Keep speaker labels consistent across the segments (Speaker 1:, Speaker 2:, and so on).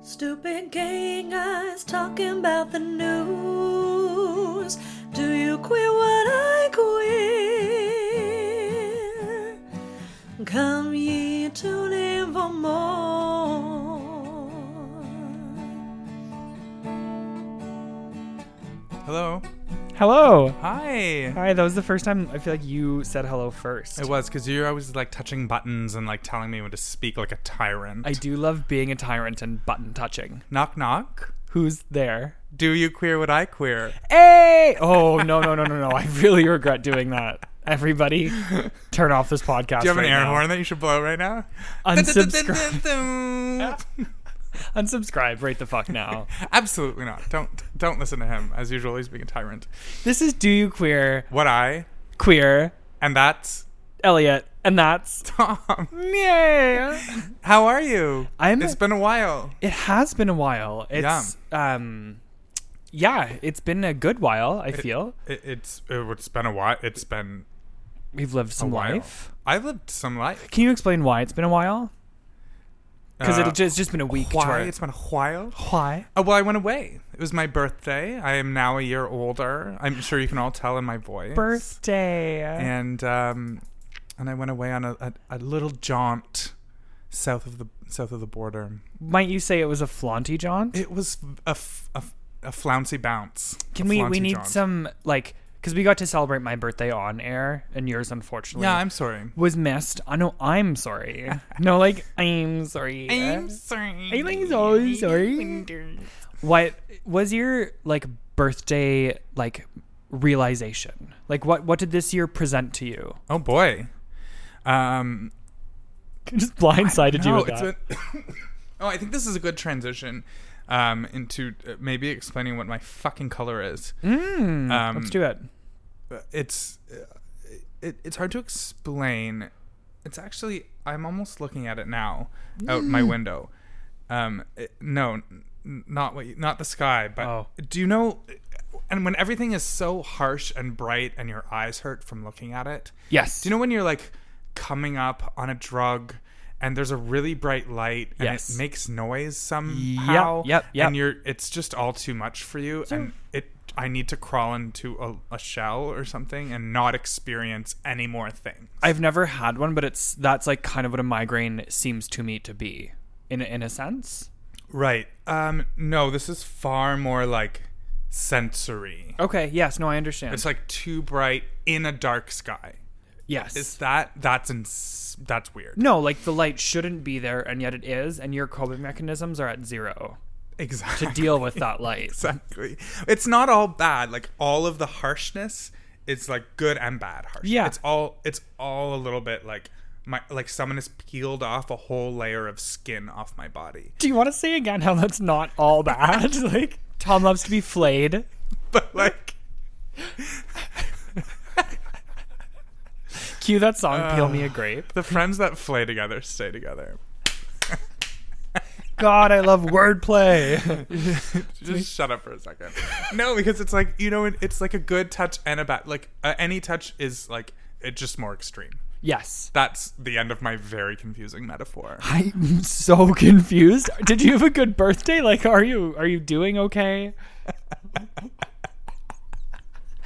Speaker 1: Stupid gay guys talking about the news. Do you quit what I quit? Come ye tune in for more.
Speaker 2: Hello.
Speaker 3: Hello.
Speaker 2: Hi.
Speaker 3: Hi. That was the first time I feel like you said hello first.
Speaker 2: It was because you're always like touching buttons and like telling me when to speak like a tyrant.
Speaker 3: I do love being a tyrant and button touching.
Speaker 2: knock knock.
Speaker 3: Who's there?
Speaker 2: Do you queer what I queer?
Speaker 3: Hey! Oh no no no no no! I really regret doing that. Everybody, turn off this podcast.
Speaker 2: Do you have
Speaker 3: right
Speaker 2: an air
Speaker 3: now.
Speaker 2: horn that you should blow right now?
Speaker 3: Unsubscribe. Unsubscribe right the fuck now.
Speaker 2: Absolutely not. Don't don't listen to him. As usual, he's being a tyrant.
Speaker 3: this is Do You Queer
Speaker 2: What I
Speaker 3: Queer
Speaker 2: and that's
Speaker 3: Elliot, and that's
Speaker 2: Tom.
Speaker 3: yeah.
Speaker 2: How are you?
Speaker 3: I'm-
Speaker 2: It's been a while.
Speaker 3: It has been a while. It's um, yeah, it's been a good while. I feel
Speaker 2: It, it's uh, it's been a while. It's been
Speaker 3: we've lived
Speaker 2: a
Speaker 3: some
Speaker 2: while.
Speaker 3: life.
Speaker 2: I lived some life
Speaker 3: Can you explain why it's been a while? Because
Speaker 2: Uh,
Speaker 3: it's just, just been a week. to
Speaker 2: why
Speaker 3: our-
Speaker 2: it's been a while.
Speaker 3: why?
Speaker 2: Oh, well, I went away. It was my birthday. I am now a year older. I'm sure you can all tell in my voice.
Speaker 3: Birthday.
Speaker 2: And um, and I went away on a, a, a little jaunt south of the south of the border.
Speaker 3: Might you say it was a flaunty jaunt?
Speaker 2: It was a, f- a, f- a flouncy bounce.
Speaker 3: Can
Speaker 2: A
Speaker 3: we? We
Speaker 2: flouncy
Speaker 3: need
Speaker 2: jaunt.
Speaker 3: some like because we got to celebrate my birthday on air and yours unfortunately
Speaker 2: Yeah, I'm sorry.
Speaker 3: was missed. I know I'm sorry. no, like I'm sorry.
Speaker 2: sorry.
Speaker 3: I'm like, so sorry. What was your like birthday like realization? Like what what did this year present to you?
Speaker 2: Oh boy. Um,
Speaker 3: Just blindsided you
Speaker 2: no,
Speaker 3: with
Speaker 2: it's
Speaker 3: that.
Speaker 2: been- oh, I think this is a good transition um, into uh, maybe explaining what my fucking color is.
Speaker 3: Mm,
Speaker 2: Um,
Speaker 3: let's do it.
Speaker 2: it's uh, it, it's hard to explain. It's actually I'm almost looking at it now out my window. Um, it- no, n- not what you, not the sky, but
Speaker 3: Oh.
Speaker 2: do you know? And when everything is so harsh and bright, and your eyes hurt from looking at it,
Speaker 3: Yes.
Speaker 2: do you know when you're like coming up on a drug? And there's a really bright light, and
Speaker 3: Yes.
Speaker 2: it makes noise somehow.
Speaker 3: yep, yep.
Speaker 2: And you're, it's just all too much for you, and it. I need to crawl into a, a shell or something and not experience any more things.
Speaker 3: I've never had one, but it's that's like kind of what a migraine seems to me to be, in a, in a sense.
Speaker 2: Right. Um. No, this is far more like sensory.
Speaker 3: Okay. Yes. No, I understand.
Speaker 2: It's like too bright in a dark sky.
Speaker 3: yes.
Speaker 2: Is that that's ins- that's weird.
Speaker 3: no, like the light shouldn't be there, and yet it is, and your coping mechanisms are at zero
Speaker 2: Exactly.
Speaker 3: to deal with that light.
Speaker 2: exactly. It's not all bad. Like all of the harshness, it's like good and bad harshness.
Speaker 3: Yeah.
Speaker 2: It's all it's all a little bit like my like someone has peeled off a whole layer of skin off my body.
Speaker 3: Do you want to say again how that's not all bad? like Tom loves to be flayed.
Speaker 2: But like
Speaker 3: Cue that song, "Peel
Speaker 2: Uh.
Speaker 3: Me a Grape."
Speaker 2: the friends that flay together stay together.
Speaker 3: God, I love wordplay.
Speaker 2: Just shut up for a second. No, because it's like you know, it- it's like a good touch and a bad. Like uh, any touch is like it's just more extreme.
Speaker 3: yes.
Speaker 2: That's the end of my very confusing metaphor.
Speaker 3: I'm so confused. Did you have a good birthday? Like, are you are you doing okay?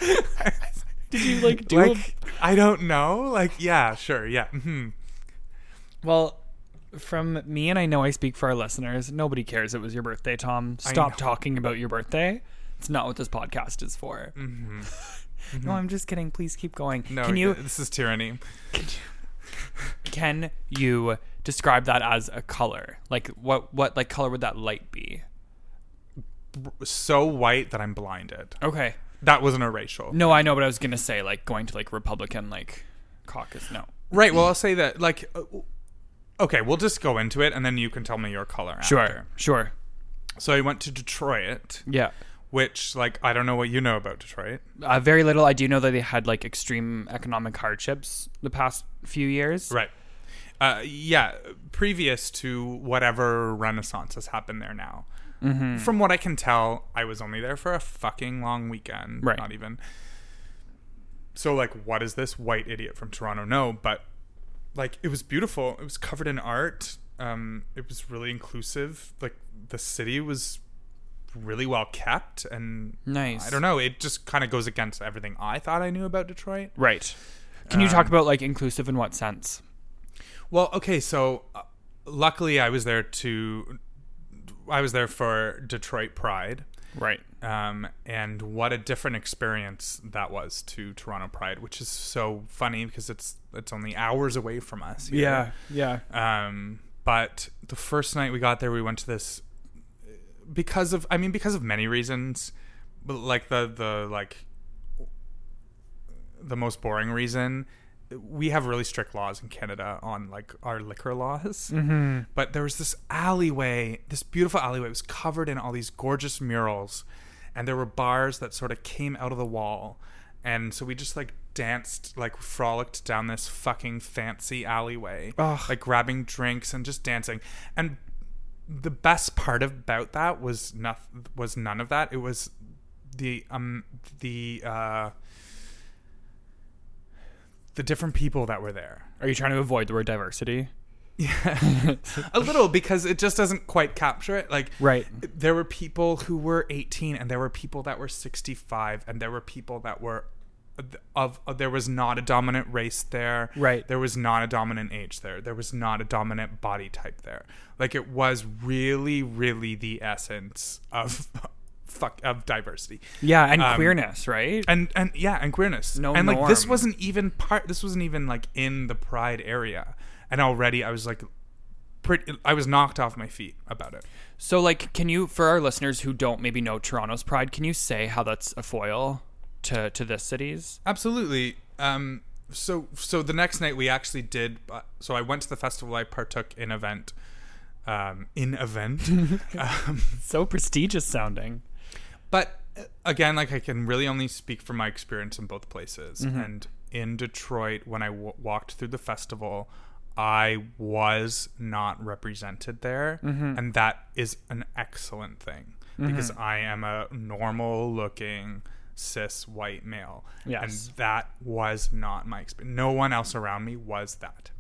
Speaker 3: Did you like do a-
Speaker 2: like I don't know. Like yeah, sure, yeah. mhm.
Speaker 3: well? From me, and I know I speak for our listeners. Nobody cares. It was your birthday, Tom.
Speaker 2: know.
Speaker 3: Stop talking about your birthday. It's not what this podcast is for. no, I'm just kidding. Please keep going.
Speaker 2: No,
Speaker 3: can you
Speaker 2: This is tyranny.
Speaker 3: can you describe that as a color? Like what what like color would that light be?
Speaker 2: So white that I'm blinded.
Speaker 3: Okay.
Speaker 2: That wasn't a racial.
Speaker 3: No, I know, but I was gonna say like going to like Republican like caucus. No.
Speaker 2: Right. Well, I'll say that. Like, uh, okay, we'll just go into it, and then you can tell me your color. After.
Speaker 3: Sure.
Speaker 2: So I went to Detroit,
Speaker 3: Yeah.
Speaker 2: which like I don't know what you know about Detroit.
Speaker 3: Uh, very little. I do know that they had like extreme economic hardships the past few years.
Speaker 2: Right. Uh, yeah, previous to whatever renaissance has happened there now.
Speaker 3: Mm-hmm.
Speaker 2: From what I can tell, I was only there for a fucking long weekend.
Speaker 3: Right.
Speaker 2: Not even. So, like, what is this white idiot from Toronto know? But, like, it was beautiful. It was covered in art. um, it was really inclusive. Like the city was really well kept, and
Speaker 3: Nice.
Speaker 2: I don't know. It just kind of goes against everything I thought I knew about Detroit.
Speaker 3: Right. Can you
Speaker 2: Um,
Speaker 3: talk about like inclusive in what sense?
Speaker 2: Well, okay, so uh, luckily I was there to I was there for Detroit Pride.
Speaker 3: Right.
Speaker 2: Um, and what a different experience that was to Toronto Pride, which is so funny because it's it's only hours away from us. here.
Speaker 3: Yeah.
Speaker 2: Um, but the first night we got there, we went to this because of I mean because of many reasons, but like the the like the most boring reason. We have really strict laws in Canada on like our liquor laws, mm-hmm. but there was this alleyway, this beautiful alleyway it was covered in all these gorgeous murals, and there were bars that sort of came out of the wall, and so we just like danced, like frolicked down this fucking fancy alleyway,
Speaker 3: Ugh.
Speaker 2: like grabbing drinks and just dancing, and the best part about that was not was none of that. It was the um the uh the different people that were there.
Speaker 3: Are you trying to avoid the word diversity?
Speaker 2: Yeah. a little because it just doesn't quite capture it. Like
Speaker 3: Right.
Speaker 2: there were people who were 18 and there were people that were 65 and there were people that were of, of there was not a dominant race there.
Speaker 3: Right.
Speaker 2: There was not a dominant age there. There was not a dominant body type there. Like it was really really the essence of fuck of diversity.
Speaker 3: Yeah, and
Speaker 2: Um,
Speaker 3: queerness, right?
Speaker 2: And and yeah, and queerness.
Speaker 3: No
Speaker 2: and like this
Speaker 3: norm.
Speaker 2: wasn't even part. This wasn't even like in the pride area. And already I was like, pretty. I was knocked off my feet about it.
Speaker 3: so like can you for our listeners who don't maybe know Toronto's pride, can you say how that's a foil to to this city's?
Speaker 2: Absolutely. Um. So so the next night we actually did. uh, So I went to the festival. I partook in event. Um, in event. um,
Speaker 3: So prestigious sounding.
Speaker 2: but uh, again like i can really only speak from my experience in both places and in detroit when i w- walked through the festival i was not represented there and that is an excellent thing because i am a normal looking cis white male
Speaker 3: Yes.
Speaker 2: and that was not my experience no one else around me was that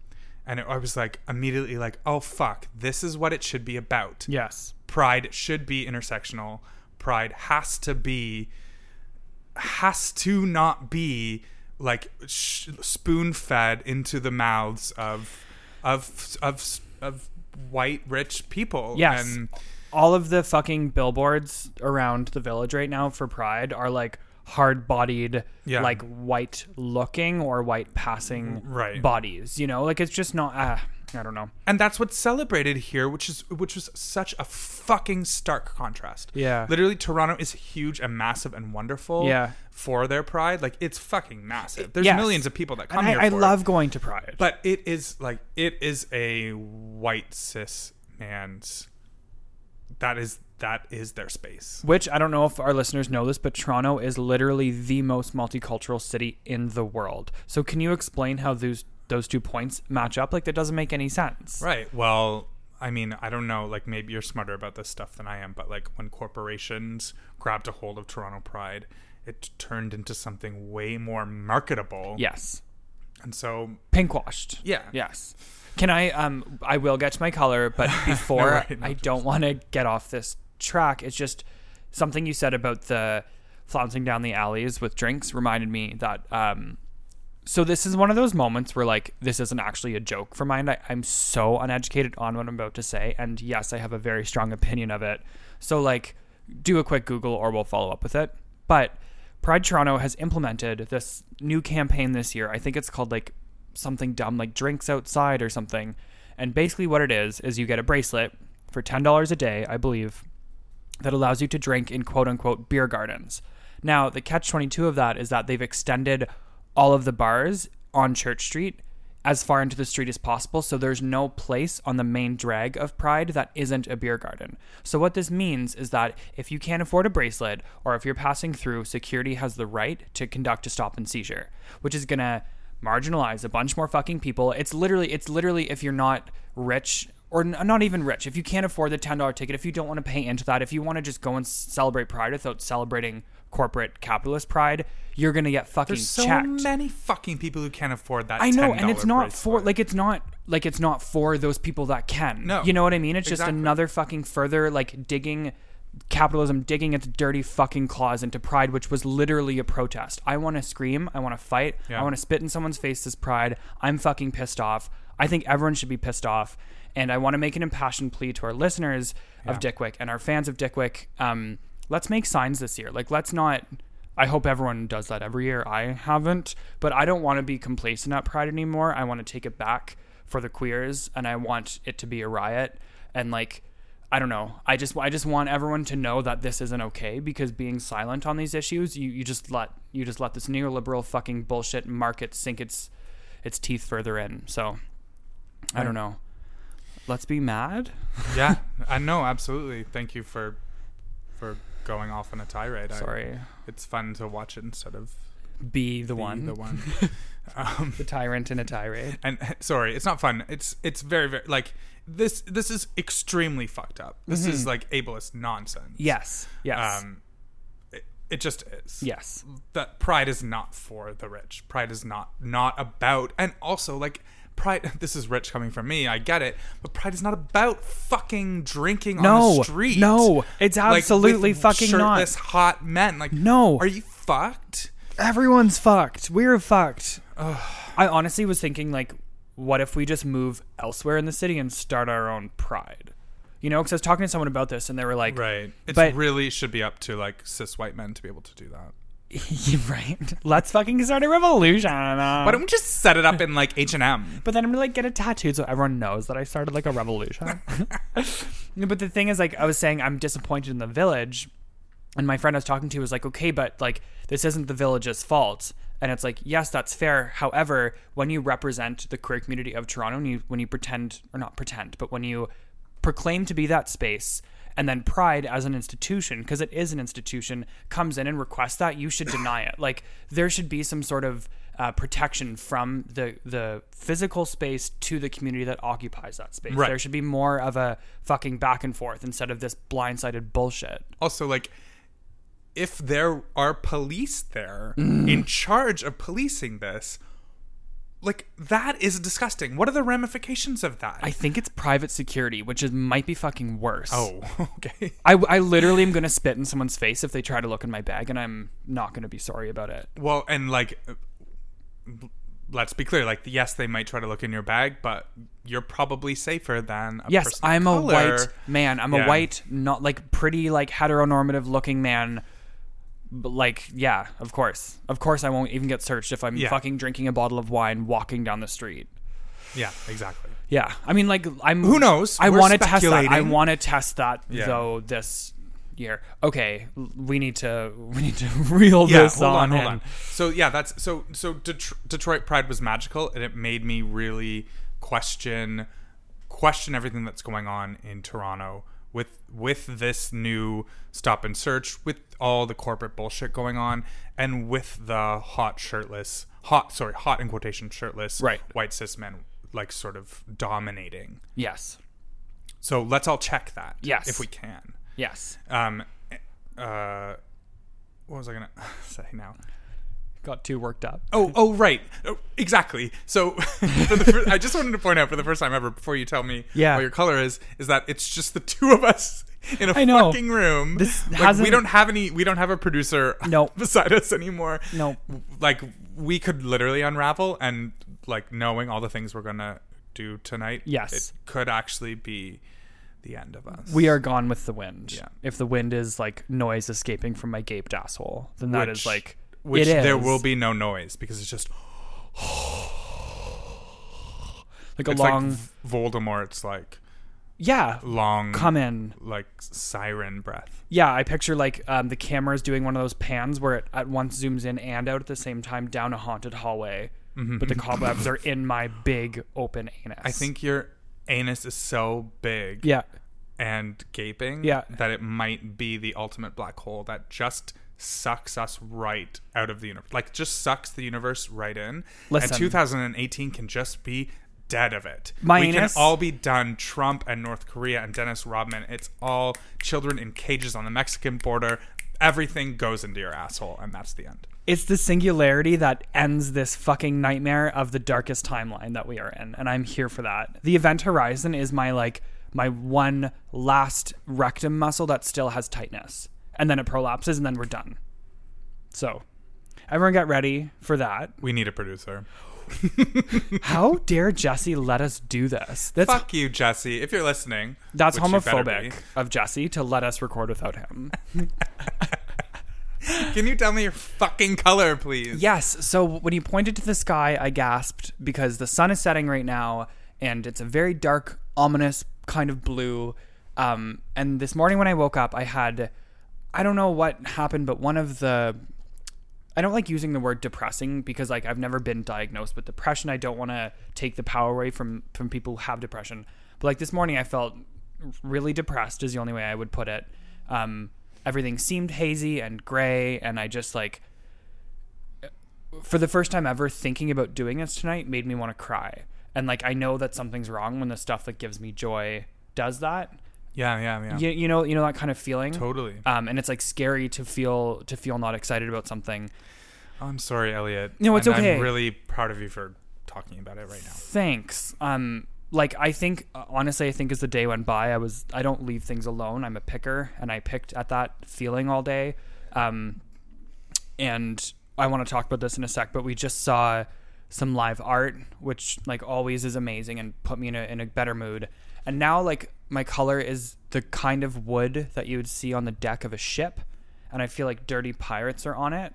Speaker 2: and it, i was like immediately like oh fuck this is what it should be about
Speaker 3: Yes.
Speaker 2: pride should be intersectional pride has to be has to not be like sh- spoon fed into the mouths of of of of white rich people
Speaker 3: Yes.
Speaker 2: and
Speaker 3: All of the fucking billboards around the village right now for Pride are like hard bodied,
Speaker 2: Yeah. Mm,
Speaker 3: like white looking or white passing
Speaker 2: Right.
Speaker 3: bodies, you know? Like it's just not, uh, I don't know.
Speaker 2: and that's what's celebrated here which is which was such a fucking stark contrast
Speaker 3: Yeah.
Speaker 2: literally toronto is huge and massive and wonderful
Speaker 3: Yeah.
Speaker 2: for their pride like it's fucking massive there's
Speaker 3: Yes.
Speaker 2: millions of people that come
Speaker 3: And
Speaker 2: here
Speaker 3: I, I
Speaker 2: for it.
Speaker 3: love going to Pride.
Speaker 2: But it is like it is a white cis man's. That is that is their space.
Speaker 3: which I don't know if our listeners know this, but Toronto is literally the most multicultural city in the world. So can you explain how those those two points match up? Like that doesn't make any sense.
Speaker 2: Right. Well, I mean, I don't know. Like maybe you're smarter about this stuff than I am, but like when corporations grabbed a hold of Toronto Pride, it turned into something way more marketable.
Speaker 3: Yes.
Speaker 2: And so
Speaker 3: Pinkwashed.
Speaker 2: yeah.
Speaker 3: Yes. Can I um I will get to my color, but before
Speaker 2: right, no,
Speaker 3: I don't want to get off this track, it's just something you said about the flouncing down the alleys with drinks reminded me that um so this is one of those moments where like this isn't actually a joke for mine. I, I'm so uneducated on what I'm about to say, and yes, I have a very strong opinion of it. So like, do a quick Google or we'll follow up with it. But Pride Toronto has implemented this new campaign this year. I think it's called like something dumb, like drinks outside or something. And basically, what it is is you get a bracelet for ten dollars a day, I believe, that allows you to drink in quote unquote beer gardens. Now, the catch 22 of that is that they've extended all of the bars on Church Street as far into the street as possible, so there's no place on the main drag of Pride that isn't a beer garden. So, what this means is that if you can't afford a bracelet or if you're passing through, security has the right to conduct a stop and seizure, which is gonna marginalize a bunch more fucking people. It's literally, it's literally if you're not rich or n- not even rich, if you can't afford the $10 ticket, if you don't want to pay into that, if you want to just go and s- celebrate pride without celebrating corporate capitalist pride, you're going to get fucking
Speaker 2: There's so
Speaker 3: checked.
Speaker 2: many fucking people who can't afford that.
Speaker 3: I know, and it's
Speaker 2: $10
Speaker 3: not for
Speaker 2: bracelet.
Speaker 3: like it's not like it's not for those people that can.
Speaker 2: No.
Speaker 3: you know what I mean. It's just
Speaker 2: Exactly.
Speaker 3: another fucking further like digging capitalism, digging its dirty fucking claws into pride, which was literally a protest. I want to scream. I want to fight.
Speaker 2: Yeah.
Speaker 3: I want to spit in someone's face. This pride. I'm fucking pissed off. I think everyone should be pissed off. And I want to make an impassioned plea to our listeners of Dickwick and our fans of Dickwick. Um, let's make signs this year. Like, let's not. I hope everyone does that every year. I haven't, but I don't want to be complacent at Pride anymore. I want to take it back for the queers, and I want it to be a riot. And like, I don't know. I just I just want everyone to know that this isn't okay because being silent on these issues, you, you just let you just let this neoliberal fucking bullshit market sink its its teeth further in. So I don't know. Let's be mad.
Speaker 2: yeah, I know absolutely. Thank you for for going off on a tirade. I-
Speaker 3: Sorry.
Speaker 2: it's fun to watch it instead of
Speaker 3: Be the
Speaker 2: be
Speaker 3: one.
Speaker 2: The one. um,
Speaker 3: The tyrant in a tirade.
Speaker 2: and sorry, it's not fun. It's it's very very like this. This is extremely fucked up. This is like ableist nonsense.
Speaker 3: Mm-hmm. Yes. Yes.
Speaker 2: Um, it, it just is.
Speaker 3: yes.
Speaker 2: that pride is not for the rich. Pride is not not about and also like pride this is rich coming from me, I get it, but pride is not about fucking drinking on
Speaker 3: No,
Speaker 2: the street.
Speaker 3: no, it's
Speaker 2: with
Speaker 3: absolutely fucking not.
Speaker 2: shirtless hot men. Like
Speaker 3: No.
Speaker 2: Are you fucked?
Speaker 3: Everyone's fucked. We're fucked. I honestly was thinking like, what if we just move elsewhere in the city and start our own pride? You know, because I was talking to someone about this, and they were like,
Speaker 2: Right. It's
Speaker 3: But-
Speaker 2: really should be up to like cis white men to be able to do that.
Speaker 3: "You're right. Let's fucking start a revolution."
Speaker 2: Why don't we just set it up in like H and M?
Speaker 3: But then I'm gonna like get it tattooed so everyone knows that I started like a revolution. No, but the thing is, like I was saying, I'm disappointed in the village, and my friend I was talking to was like, okay, but like this isn't the village's fault. And it's like, yes, that's fair. However, when you represent the queer community of Toronto, and you when you pretend or not pretend, but when you proclaim to be that space, and then Pride as an institution, because it is an institution, comes in and requests that you should deny it. Like there should be some sort of uh, protection from the the physical space to the community that occupies that space.
Speaker 2: Right.
Speaker 3: There should be more of a fucking back and forth instead of this blindsided bullshit.
Speaker 2: Also like if there are police there in charge of policing this, like that is disgusting. What are the ramifications of that?
Speaker 3: I think it's private security, which is might be fucking worse.
Speaker 2: oh, okay.
Speaker 3: I, I literally am gonna spit in someone's face if they try to look in my bag, and I'm not gonna be sorry about it.
Speaker 2: Well, and like, let's be clear. Like, yes, they might try to look in your bag, but you're probably safer than a
Speaker 3: Yes,
Speaker 2: person of
Speaker 3: I'm a
Speaker 2: color.
Speaker 3: white man. I'm
Speaker 2: Yeah.
Speaker 3: a white, not like pretty, like heteronormative looking man. But like, yeah, of course, of course, I won't even get searched if I'm
Speaker 2: Yeah.
Speaker 3: fucking drinking a bottle of wine walking down the street.
Speaker 2: Yeah, exactly.
Speaker 3: Yeah, I mean, like, I'm.
Speaker 2: Who knows?
Speaker 3: I
Speaker 2: We're
Speaker 3: want to test that. I
Speaker 2: speculating.
Speaker 3: want to test that
Speaker 2: Yeah.
Speaker 3: though this year. Okay, l- we need to we need to reel
Speaker 2: Yeah,
Speaker 3: this
Speaker 2: hold on, hold
Speaker 3: in.
Speaker 2: on. So yeah, that's so so Det- Detroit Pride was magical, and it made me really question question everything that's going on in Toronto with with this new stop and search, with all the corporate bullshit going on, and with the hot shirtless hot sorry hot in quotation shirtless
Speaker 3: Right.
Speaker 2: white cis men like sort of dominating.
Speaker 3: Yes,
Speaker 2: So let's all check that
Speaker 3: Yes.
Speaker 2: if we can.
Speaker 3: yes.
Speaker 2: Um, uh, what was I gonna say now?
Speaker 3: Got too worked up.
Speaker 2: Oh, oh, right, oh, exactly. So, for the fir- I just wanted to point out for the first time ever before you tell me
Speaker 3: Yeah.
Speaker 2: what your color is, is that it's just the two of us in a
Speaker 3: I know.
Speaker 2: fucking room.
Speaker 3: This
Speaker 2: Like, we
Speaker 3: hasn't-
Speaker 2: don't have any. We don't have a producer
Speaker 3: No.
Speaker 2: beside us anymore.
Speaker 3: No.
Speaker 2: like we could literally unravel, and like knowing all the things we're gonna do tonight,
Speaker 3: Yes.
Speaker 2: it could actually be the end of us.
Speaker 3: We are gone with the wind.
Speaker 2: Yeah.
Speaker 3: If the wind is like noise escaping from my gaped asshole, then that is
Speaker 2: Which-
Speaker 3: like
Speaker 2: which
Speaker 3: it is.
Speaker 2: there will be no noise because it's just
Speaker 3: like a
Speaker 2: it's
Speaker 3: long
Speaker 2: like V- Voldemort's like
Speaker 3: yeah
Speaker 2: long
Speaker 3: come in.
Speaker 2: like siren breath.
Speaker 3: Yeah, I picture like um, the camera's doing one of those pans where it at once zooms in and out at the same time down a haunted hallway, but the cobwebs are in my big open anus.
Speaker 2: Mm-hmm. I think your anus is so big
Speaker 3: yeah.
Speaker 2: and gaping
Speaker 3: Yeah.
Speaker 2: that it might be the ultimate black hole that just sucks us right out of the universe. Like just sucks the universe right in.
Speaker 3: Listen.
Speaker 2: And 2018 can just be dead of it.
Speaker 3: My
Speaker 2: we
Speaker 3: anus-
Speaker 2: can all be done. Trump and North Korea and Dennis Rodman. It's all children in cages on the Mexican border. Everything goes into your asshole, and that's the end.
Speaker 3: It's the singularity that ends this fucking nightmare of the darkest timeline that we are in, and I'm here for that. The event horizon is my like my one last rectum muscle that still has tightness, and then it prolapses, and then we're done. So, everyone get ready for that.
Speaker 2: We need a producer.
Speaker 3: How dare Jesse let us do this? That's
Speaker 2: Fuck you, Jesse. If you're listening,
Speaker 3: that's
Speaker 2: which you better
Speaker 3: homophobic of Jesse to let us record without him.
Speaker 2: be. Can you tell me your fucking color, please?
Speaker 3: Yes. So when he pointed to the sky, I gasped because the sun is setting right now and it's a very dark, ominous kind of blue. Um, and this morning when I woke up, I had, I don't know what happened, but one of the, I don't like using the word depressing because like I've never been diagnosed with depression. I don't want to take the power away from from people who have depression. But like this morning, I felt really depressed is the only way I would put it. Um, everything seemed hazy and gray, and I just like for the first time ever thinking about doing this tonight made me want to cry and like i know that something's wrong when the stuff that gives me joy does that
Speaker 2: Yeah, yeah, yeah.
Speaker 3: you, you know you know that kind of feeling
Speaker 2: Totally.
Speaker 3: um, and it's like scary to feel to feel not excited about something
Speaker 2: I'm sorry, Elliot.
Speaker 3: No, it's
Speaker 2: and
Speaker 3: okay.
Speaker 2: I'm really proud of you for talking about it right now.
Speaker 3: thanks um like i think uh, honestly i think as the day went by i was i don't leave things alone i'm a picker and i picked at that feeling all day um and i want to talk about this in a sec but we just saw some live art which like always is amazing and put me in a, in a better mood and now like my color is the kind of wood that you would see on the deck of a ship and i feel like dirty pirates are on it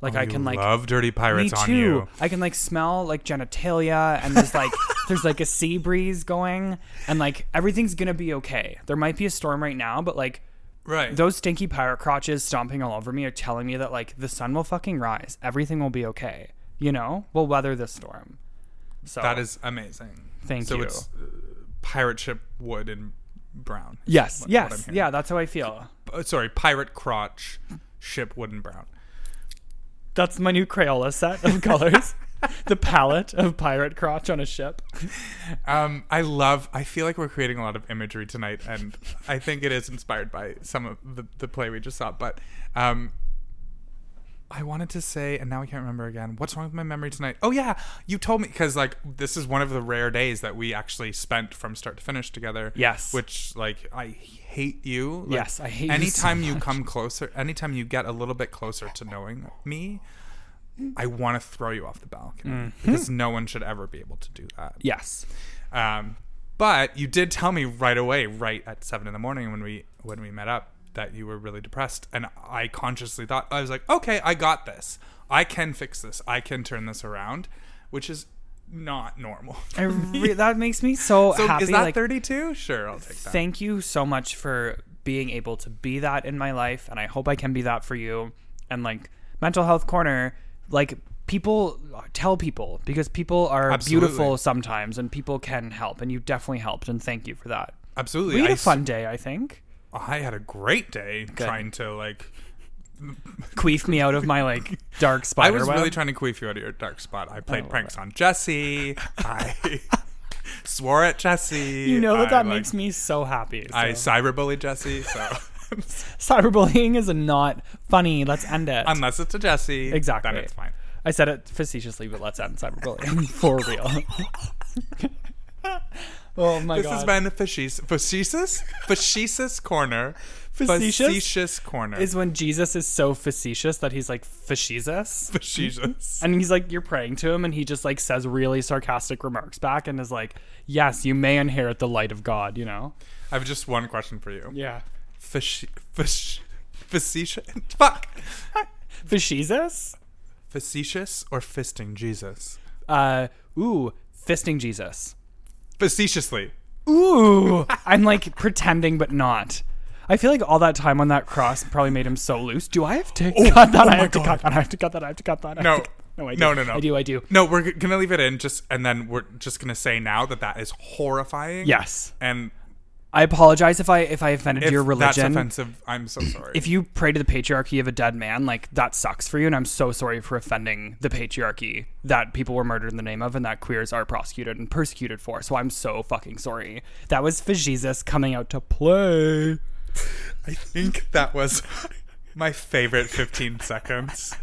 Speaker 3: like i
Speaker 2: Oh, You
Speaker 3: can like
Speaker 2: love dirty pirates
Speaker 3: me
Speaker 2: on
Speaker 3: too.
Speaker 2: you.
Speaker 3: I can like smell like genitalia and there's like there's like a sea breeze going and like everything's gonna be okay. There might be a storm right now, but like
Speaker 2: Right.
Speaker 3: those stinky pirate crotches stomping all over me are telling me that like the sun will fucking rise. Everything will be okay. You know? We'll weather this storm. So
Speaker 2: that is amazing.
Speaker 3: Thank
Speaker 2: so
Speaker 3: you.
Speaker 2: it's uh, pirate ship wood and brown. is
Speaker 3: Yes,
Speaker 2: what- what I'm
Speaker 3: yes.
Speaker 2: hearing.
Speaker 3: Yeah, that's how I feel.
Speaker 2: Uh, sorry, pirate crotch ship wood and brown.
Speaker 3: That's my new Crayola set of colors. the palette of pirate crotch on a ship.
Speaker 2: Um, I love. I feel like we're creating a lot of imagery tonight, and I think it is inspired by some of the, the play we just saw. But um, I wanted to say, and now I can't remember again. What's wrong with my memory tonight? Oh yeah, you told me because like this is one of the rare days that we actually spent from start to finish together.
Speaker 3: Yes.
Speaker 2: Which like I hate you. Like,
Speaker 3: Yes, I hate you so
Speaker 2: Anytime you
Speaker 3: much.
Speaker 2: come closer, anytime you get a little bit closer to knowing me. I want to throw you off the balcony
Speaker 3: Mm-hmm.
Speaker 2: because no one should ever be able to do that.
Speaker 3: Yes.
Speaker 2: Um, but you did tell me right away, right at seven in the morning when we when we met up, that you were really depressed, and I consciously thought I was like, okay, I got this. I can fix this. I can turn this around, which is not normal.
Speaker 3: I re- that makes me so,
Speaker 2: so
Speaker 3: happy.
Speaker 2: is that
Speaker 3: like,
Speaker 2: thirty-two? sure, I'll take that.
Speaker 3: thank you so much for being able to be that in my life and i hope i can be that for you and like mental health corner like people tell people because people are
Speaker 2: Absolutely.
Speaker 3: beautiful sometimes and people can help and you definitely helped and thank you for that
Speaker 2: Absolutely.
Speaker 3: we had
Speaker 2: I
Speaker 3: a
Speaker 2: s-
Speaker 3: fun day i think
Speaker 2: I had a great day trying to like.
Speaker 3: queef me out of my like dark
Speaker 2: I
Speaker 3: spider
Speaker 2: was
Speaker 3: web. Oh,
Speaker 2: really trying to queef you out of your dark spot. I played
Speaker 3: love
Speaker 2: pranks on Jesse. I swore at Jesse.
Speaker 3: you know that
Speaker 2: I,
Speaker 3: that
Speaker 2: like,
Speaker 3: makes me so happy so.
Speaker 2: I cyberbullied Jesse. So.
Speaker 3: cyberbullying is not funny let's end it
Speaker 2: Unless it's a Jesse.
Speaker 3: Exactly.
Speaker 2: Then it's fine.
Speaker 3: I said it facetiously, but let's end cyberbullying for real. oh my
Speaker 2: This
Speaker 3: god!
Speaker 2: has been Facetious. Facetious? Facetious Corner.
Speaker 3: Facetious?
Speaker 2: Facetious Corner.
Speaker 3: is when Jesus is so facetious that he's like facetious,
Speaker 2: facetious.
Speaker 3: and he's like you're praying to him, and he just like says really sarcastic remarks back, and is like, "Yes, you may inherit the light of God," you know?
Speaker 2: I have just one question for you.
Speaker 3: Yeah.
Speaker 2: Fache- fache- Facetious? Fuck!
Speaker 3: Facetious?
Speaker 2: Facetious or fisting Jesus?
Speaker 3: Uh, ooh, fisting Jesus.
Speaker 2: Facetiously.
Speaker 3: Ooh, I'm like pretending, but not. I feel like all that time on that cross probably made him so loose. Do I have
Speaker 2: Oh,
Speaker 3: to cut that? I have to cut that. I have to cut that. I have to cut that. I have
Speaker 2: No.
Speaker 3: to cut- no, I do.
Speaker 2: No, no, no.
Speaker 3: I do. I do.
Speaker 2: No, we're g- gonna leave it in just, and then we're just gonna say now that that is horrifying.
Speaker 3: Yes.
Speaker 2: And
Speaker 3: I apologize if I if I offended
Speaker 2: If
Speaker 3: your
Speaker 2: that's
Speaker 3: religion.
Speaker 2: offensive, I'm so sorry.
Speaker 3: if you pray to the patriarchy of a dead man, like that sucks for you, and I'm so sorry for offending the patriarchy that people were murdered in the name of and that queers are prosecuted and persecuted for. So I'm so fucking sorry. That was for Jesus coming out to play.
Speaker 2: I think that was my favorite 15 seconds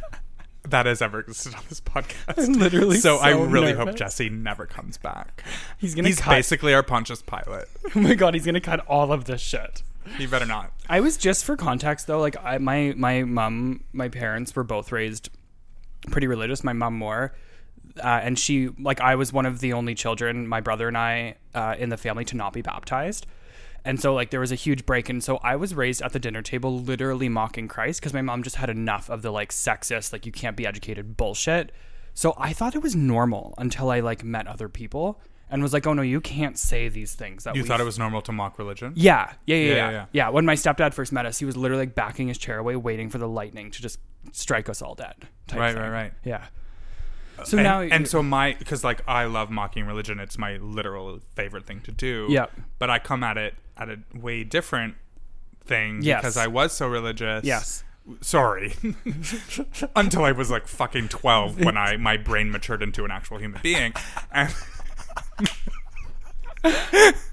Speaker 2: that has ever existed on this podcast.
Speaker 3: I'm literally
Speaker 2: so, I
Speaker 3: so
Speaker 2: really hope
Speaker 3: nervous.
Speaker 2: Jesse never comes back.
Speaker 3: He's gonna
Speaker 2: He's
Speaker 3: cut.
Speaker 2: basically our Pontius Pilate.
Speaker 3: oh my god, he's gonna cut all of this shit.
Speaker 2: He better not.
Speaker 3: I was just for context though, like I, my my mom, my parents were both raised pretty religious. My mom more, uh, and she like I was one of the only children, my brother and I, uh, in the family to not be baptized. And so like there was a huge break, and so I was raised at the dinner table literally mocking Christ because my mom just had enough of the like sexist, like you can't be educated bullshit. So I thought it was normal until I like met other people and was like, oh no, you can't say these things. That
Speaker 2: You
Speaker 3: we
Speaker 2: thought it was normal to mock religion?
Speaker 3: yeah. Yeah, yeah, yeah,
Speaker 2: Yeah,
Speaker 3: yeah,
Speaker 2: yeah, yeah.
Speaker 3: When my stepdad first met us, he was literally like backing his chair away, waiting for the lightning to just strike us all dead. type
Speaker 2: Right,
Speaker 3: thing.
Speaker 2: right, right.
Speaker 3: Yeah. So
Speaker 2: and,
Speaker 3: now,
Speaker 2: and so my because like I love mocking religion. It's my literal favorite thing to do.
Speaker 3: Yeah.
Speaker 2: But I come at it at a way different thing
Speaker 3: Yes.
Speaker 2: because I was so religious.
Speaker 3: yes,
Speaker 2: Sorry. Until I was like fucking twelve when I my brain matured into an actual human being. And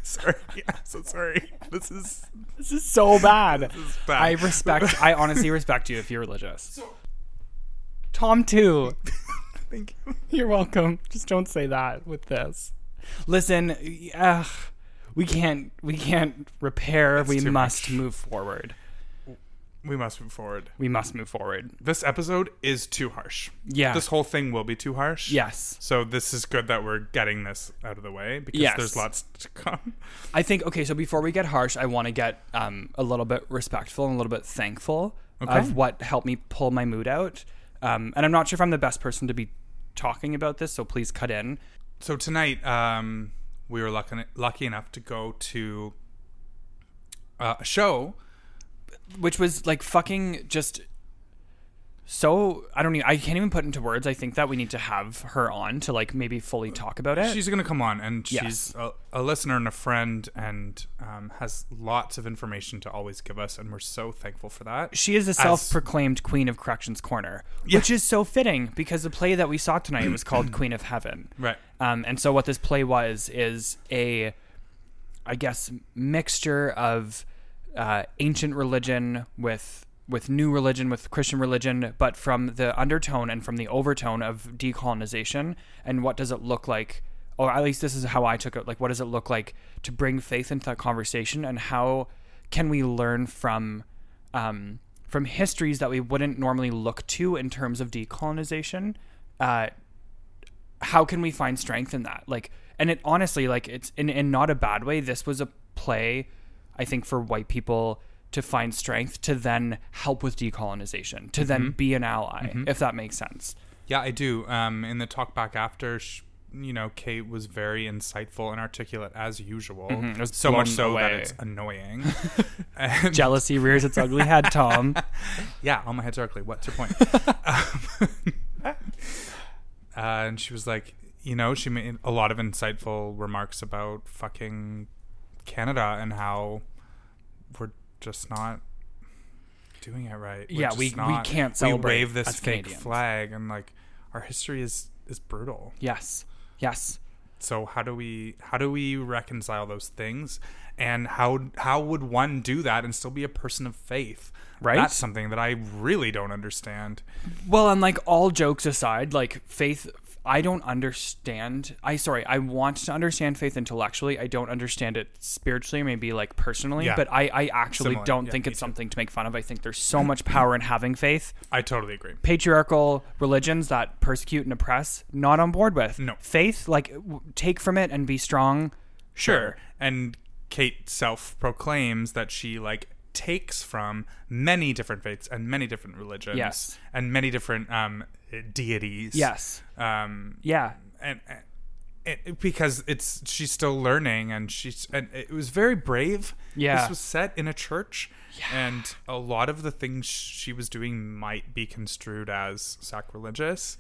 Speaker 2: sorry. I'm so sorry. This is
Speaker 3: this is so bad.
Speaker 2: bad.
Speaker 3: I respect. I honestly respect you if you're religious. Tom too.
Speaker 2: Thank you.
Speaker 3: You're welcome. Just don't say that with this. Listen, uh, we can't. We can't repair. we
Speaker 2: too
Speaker 3: must move forward.
Speaker 2: We must move forward.
Speaker 3: We must move forward.
Speaker 2: This episode is too harsh.
Speaker 3: Yeah.
Speaker 2: This whole thing will be too harsh.
Speaker 3: Yes.
Speaker 2: So this is good that we're getting this out of the way because
Speaker 3: Yes.
Speaker 2: there's lots to come.
Speaker 3: I think okay. So before we get harsh, I want to get um, a little bit respectful and a little bit thankful
Speaker 2: Okay.
Speaker 3: of what helped me pull my mood out. Um, and I'm not sure if I'm the best person to be talking about this, so please cut in.
Speaker 2: So tonight, um, we were lucky lucky enough to go to uh, a show.
Speaker 3: Which was like fucking just so I don't even I can't even put into words. I think that we need to have her on to like maybe fully talk about it.
Speaker 2: She's going to come on, and she's
Speaker 3: Yes.
Speaker 2: a, a listener and a friend, and um, has lots of information to always give us, and we're so thankful for that.
Speaker 3: she is a self-proclaimed queen of corrections corner, which is so fitting because the play that we saw tonight was called Queen of Heaven.
Speaker 2: Right.
Speaker 3: Um, and so what this play was is a, I guess, mixture of uh, ancient religion with with new religion, with Christian religion, but from the undertone and from the overtone of decolonization and what does it look like, or at least this is how I took it. Like, what does it look like to bring faith into that conversation, and how can we learn from um, from histories that we wouldn't normally look to in terms of decolonization? Uh, how can we find strength in that like and it honestly like it's in, in not a bad way this was a play i think for white people to find strength to then help with decolonization to then be an ally if that makes sense
Speaker 2: Yeah, I do. Um, in the talk back after, sh- you know, Kate was very insightful and articulate as usual.
Speaker 3: I Mm-hmm. was
Speaker 2: So much
Speaker 3: blown
Speaker 2: so that
Speaker 3: away.
Speaker 2: it's annoying. And-
Speaker 3: jealousy rears its ugly head tom
Speaker 2: yeah, all my heads are ugly. What's your point? Um, uh, and she was like, you know, she made a lot of insightful remarks about fucking Canada and how we're just not doing it right. We're
Speaker 3: Yeah,
Speaker 2: just
Speaker 3: we- we
Speaker 2: not-
Speaker 3: can't
Speaker 2: We
Speaker 3: celebrate
Speaker 2: wave this
Speaker 3: as
Speaker 2: fake
Speaker 3: Canadians.
Speaker 2: flag, and like our history is is brutal.
Speaker 3: yes yes
Speaker 2: So how do we how do we reconcile those things? And how how would one do that and still be a person of faith?
Speaker 3: Right?
Speaker 2: That's something that I really don't understand.
Speaker 3: Well, and like all jokes aside, like faith, I don't understand. I sorry, I want to understand faith intellectually. I don't understand it spiritually, maybe like personally.
Speaker 2: Yeah.
Speaker 3: But I, I actually
Speaker 2: Similar.
Speaker 3: don't
Speaker 2: Yeah,
Speaker 3: think
Speaker 2: me
Speaker 3: it's
Speaker 2: too.
Speaker 3: something to make fun of. I think there's so much power in having faith.
Speaker 2: I totally agree.
Speaker 3: Patriarchal religions that persecute and oppress, not on board with.
Speaker 2: No.
Speaker 3: faith, like w- take from it and be strong.
Speaker 2: Sure. And Kate self proclaims that she like takes from many different faiths and many different religions
Speaker 3: Yes.
Speaker 2: and many different um deities.
Speaker 3: Yes.
Speaker 2: Um
Speaker 3: Yeah.
Speaker 2: and, and it, because it's she's still learning and she's and it was very brave.
Speaker 3: Yeah.
Speaker 2: This was set in a church and a lot of the things she was doing might be construed as sacrilegious.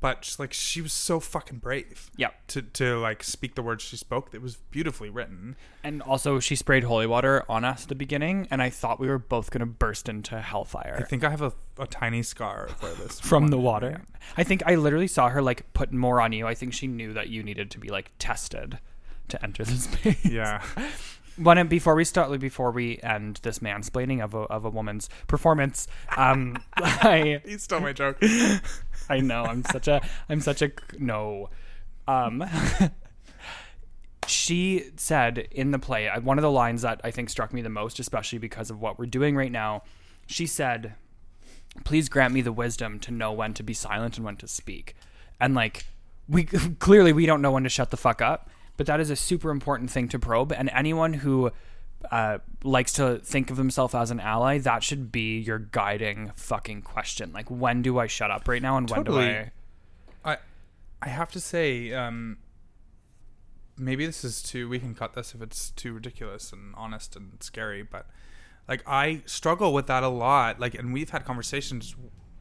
Speaker 2: but just, like she was so fucking brave.
Speaker 3: Yeah.
Speaker 2: To to like speak the words she spoke. It was beautifully written.
Speaker 3: And also, she sprayed holy water on us at the beginning, and I thought we were both going to burst into
Speaker 2: I
Speaker 3: hellfire
Speaker 2: think I have a, a tiny scar where this
Speaker 3: from
Speaker 2: one-
Speaker 3: the water. I think I literally saw her like put more on you. I think she knew that you needed to be like tested to enter this space.
Speaker 2: Yeah.
Speaker 3: When it, before we start, like, before we end this mansplaining of a, of a woman's performance, um, I
Speaker 2: he stole my joke.
Speaker 3: I know I'm such a I'm such a c- no. Um, she said in the play uh, one of the lines that I think struck me the most, especially because of what we're doing right now. She said, "Please grant me the wisdom to know when to be silent and when to speak." And like we clearly we don't know when to shut the fuck up, but that is a super important thing to probe. And anyone who uh, likes to think of himself as an ally, that should be your guiding fucking question. Like, when do I shut up right now, and when do
Speaker 2: Totally.
Speaker 3: I?
Speaker 2: I I have to say, um maybe this is too we can cut this if it's too ridiculous and honest and scary, but like I struggle with that a lot. Like and we've had conversations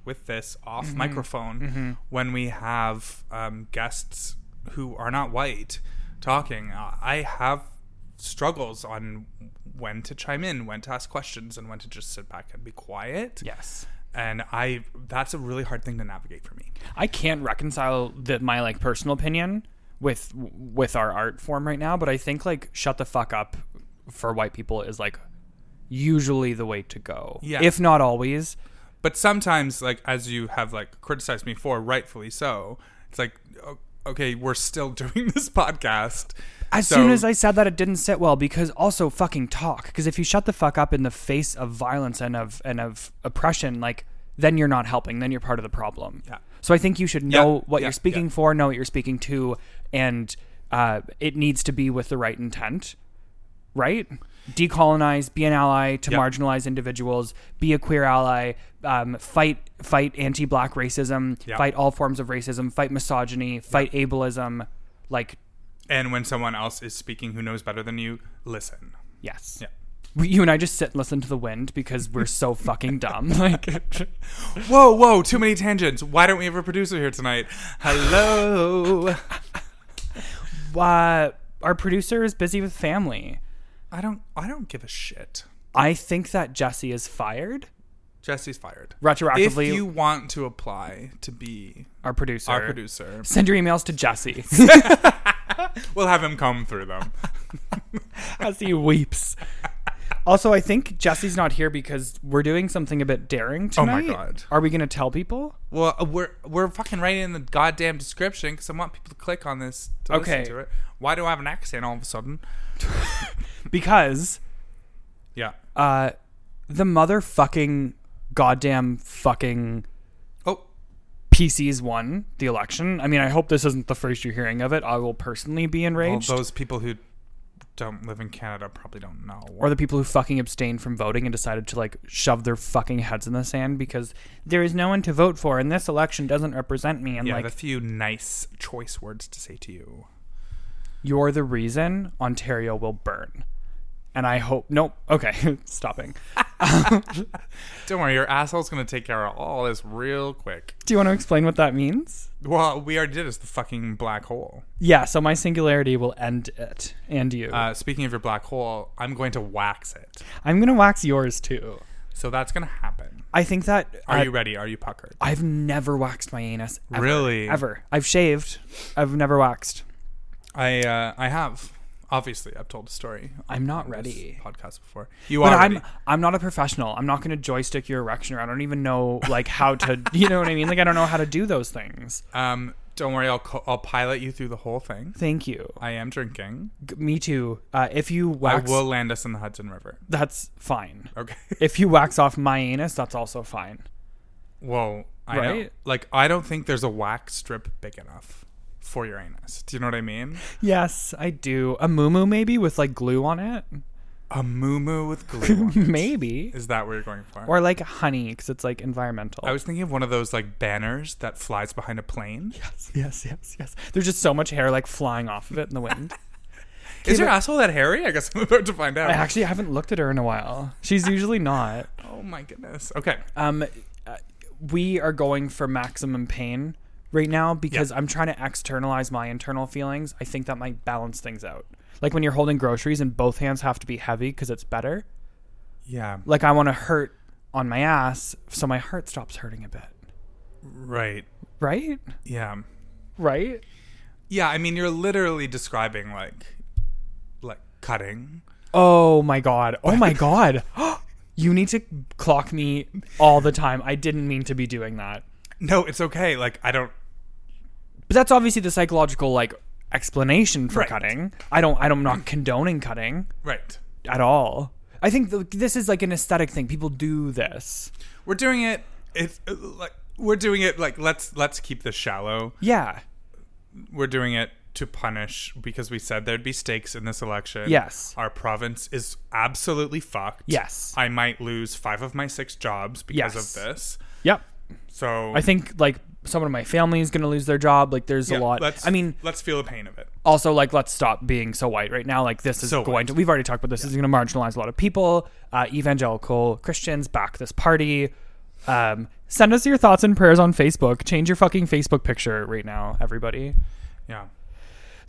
Speaker 2: with this off microphone when we have um guests who are not white talking. Uh, I have struggles on when to chime in, when to ask questions and when to just sit back and be quiet.
Speaker 3: Yes.
Speaker 2: And I that's a really hard thing to navigate for me.
Speaker 3: I can't reconcile the, my like personal opinion with with our art form right now, but I think like shut the fuck up for white people is like usually the way to go.
Speaker 2: Yeah.
Speaker 3: If not always.
Speaker 2: but sometimes like as you have like criticized me for rightfully so it's like o- okay we're still doing this podcast
Speaker 3: As
Speaker 2: So-
Speaker 3: soon as I said that, it didn't sit well because also fucking talk. Because if you shut the fuck up in the face of violence and of and of oppression, like then you're not helping. Then you're part of the problem.
Speaker 2: Yeah.
Speaker 3: So I think you should know
Speaker 2: Yeah,
Speaker 3: what
Speaker 2: yeah,
Speaker 3: you're speaking
Speaker 2: yeah.
Speaker 3: for, know what you're speaking to, and uh, it needs to be with the right intent. Right? Decolonize, be an ally to
Speaker 2: Yeah.
Speaker 3: marginalized individuals, be a queer ally, um, fight fight anti-black racism,
Speaker 2: Yeah.
Speaker 3: fight all forms of racism, fight misogyny, fight ableism. Like
Speaker 2: and when someone else is speaking who knows better than you listen
Speaker 3: Yes.
Speaker 2: Yeah.
Speaker 3: We, you and I just sit and listen to the wind because we're so fucking dumb. Like,
Speaker 2: whoa whoa too many tangents why don't we have a producer here tonight hello
Speaker 3: uh, our producer is busy with family.
Speaker 2: i don't i don't give a shit
Speaker 3: I think that Jesse is fired.
Speaker 2: jesse's fired if
Speaker 3: Retroactively,
Speaker 2: you want to apply to be
Speaker 3: our producer.
Speaker 2: our producer
Speaker 3: Send your emails to Jesse
Speaker 2: we'll have him come through them
Speaker 3: as he weeps. Also, I think Jesse's not here because we're doing something a bit daring tonight.
Speaker 2: Oh my God.
Speaker 3: Are we going to tell people?
Speaker 2: Well, uh, we're we're fucking writing in the goddamn description because I want people to click on this to
Speaker 3: Okay.
Speaker 2: listen to it. Why do I have an accent all of a sudden?
Speaker 3: Because
Speaker 2: Yeah.
Speaker 3: uh, the motherfucking goddamn fucking
Speaker 2: oh,
Speaker 3: PCs won the election. I mean, I hope this isn't the first you're hearing of it. I will personally be
Speaker 2: well,
Speaker 3: enraged.
Speaker 2: those people who don't live in Canada probably don't know.
Speaker 3: or the people who fucking abstained from voting and decided to like shove their fucking heads in the sand because there is no one to vote for and this election doesn't represent me and
Speaker 2: yeah,
Speaker 3: like
Speaker 2: the few nice choice words to say to you.
Speaker 3: you're the reason Ontario will burn. And I hope nope. Okay, stopping.
Speaker 2: Don't worry, your asshole's gonna take care of all this real quick.
Speaker 3: Do you want to explain what that means?
Speaker 2: Well, we already did. It's the fucking black hole.
Speaker 3: Yeah, so my singularity will end it and you.
Speaker 2: Uh, speaking of your black hole, I'm going to wax it.
Speaker 3: I'm going to wax yours too.
Speaker 2: So that's gonna happen.
Speaker 3: I think that
Speaker 2: Are
Speaker 3: uh,
Speaker 2: you ready? Are you puckered?
Speaker 3: I've never waxed my anus ever.
Speaker 2: really?
Speaker 3: ever. I've shaved. I've never waxed.
Speaker 2: I uh, I have. Obviously, I've told a story.
Speaker 3: I'm not
Speaker 2: on this
Speaker 3: ready.
Speaker 2: Podcast before you
Speaker 3: But
Speaker 2: are.
Speaker 3: I'm
Speaker 2: ready.
Speaker 3: I'm not a professional. I'm not going to joystick your erection. Or I don't even know like how to. You know what I mean? Like I don't know how to do those things.
Speaker 2: Um, don't worry. I'll co- I'll pilot you through the whole thing.
Speaker 3: Thank you.
Speaker 2: I am drinking.
Speaker 3: G- Me too. Uh, if you wax,
Speaker 2: I will land us in the Hudson River.
Speaker 3: that's fine.
Speaker 2: Okay.
Speaker 3: If you wax off my anus, that's also fine.
Speaker 2: Whoa. I know.
Speaker 3: Right?
Speaker 2: Like I don't think there's a wax strip big enough for your anus. Do you know what I mean?
Speaker 3: Yes, I do. A moo maybe with like glue on it.
Speaker 2: A moo moo with glue. on it.
Speaker 3: Maybe.
Speaker 2: Is that what you're going for?
Speaker 3: Or like honey, because it's like environmental.
Speaker 2: I was thinking of one of those like banners that flies behind a plane.
Speaker 3: yes, yes, yes. There's just so much hair like flying off of it in the wind.
Speaker 2: Is your asshole that hairy? I guess I'm about to find out.
Speaker 3: I actually haven't looked at her in a while. She's usually not.
Speaker 2: oh my goodness. Okay.
Speaker 3: Um, uh, we are going for maximum pain right now because I'm trying to externalize my internal feelings. I think that might balance things out. Like when you're holding groceries and both hands have to be heavy because it's better.
Speaker 2: Yeah.
Speaker 3: Like I want to hurt on my ass so my heart stops hurting a bit.
Speaker 2: Right.
Speaker 3: Right?
Speaker 2: Yeah.
Speaker 3: Right?
Speaker 2: Yeah, I mean you're literally describing like like cutting.
Speaker 3: Oh my god. Oh my god. you need to clock me all the time. I didn't mean to be doing that.
Speaker 2: No, it's okay. Like I don't
Speaker 3: But that's obviously the psychological like explanation for
Speaker 2: Right.
Speaker 3: cutting. I don't I don't I'm not condoning cutting
Speaker 2: right.
Speaker 3: at all. I think th this is like an aesthetic thing. People do this.
Speaker 2: We're doing it if like we're doing it like let's let's keep this shallow.
Speaker 3: Yeah.
Speaker 2: We're doing it to punish because we said there'd be stakes in this election.
Speaker 3: Yes.
Speaker 2: Our province is absolutely fucked.
Speaker 3: Yes.
Speaker 2: I might lose 5 of my 6 jobs because
Speaker 3: Yes.
Speaker 2: of this.
Speaker 3: Yep.
Speaker 2: So
Speaker 3: I think like someone in my family is going to lose their job. Like there's
Speaker 2: Yeah,
Speaker 3: a lot.
Speaker 2: Let's,
Speaker 3: I mean,
Speaker 2: let's feel the pain of it.
Speaker 3: also like let's stop being so white right now like this is
Speaker 2: So
Speaker 3: going
Speaker 2: white.
Speaker 3: to we've already talked about this This is going to marginalize a lot of people uh, evangelical christians back this party um, send us your thoughts and prayers on facebook change your fucking facebook picture right now everybody
Speaker 2: Yeah.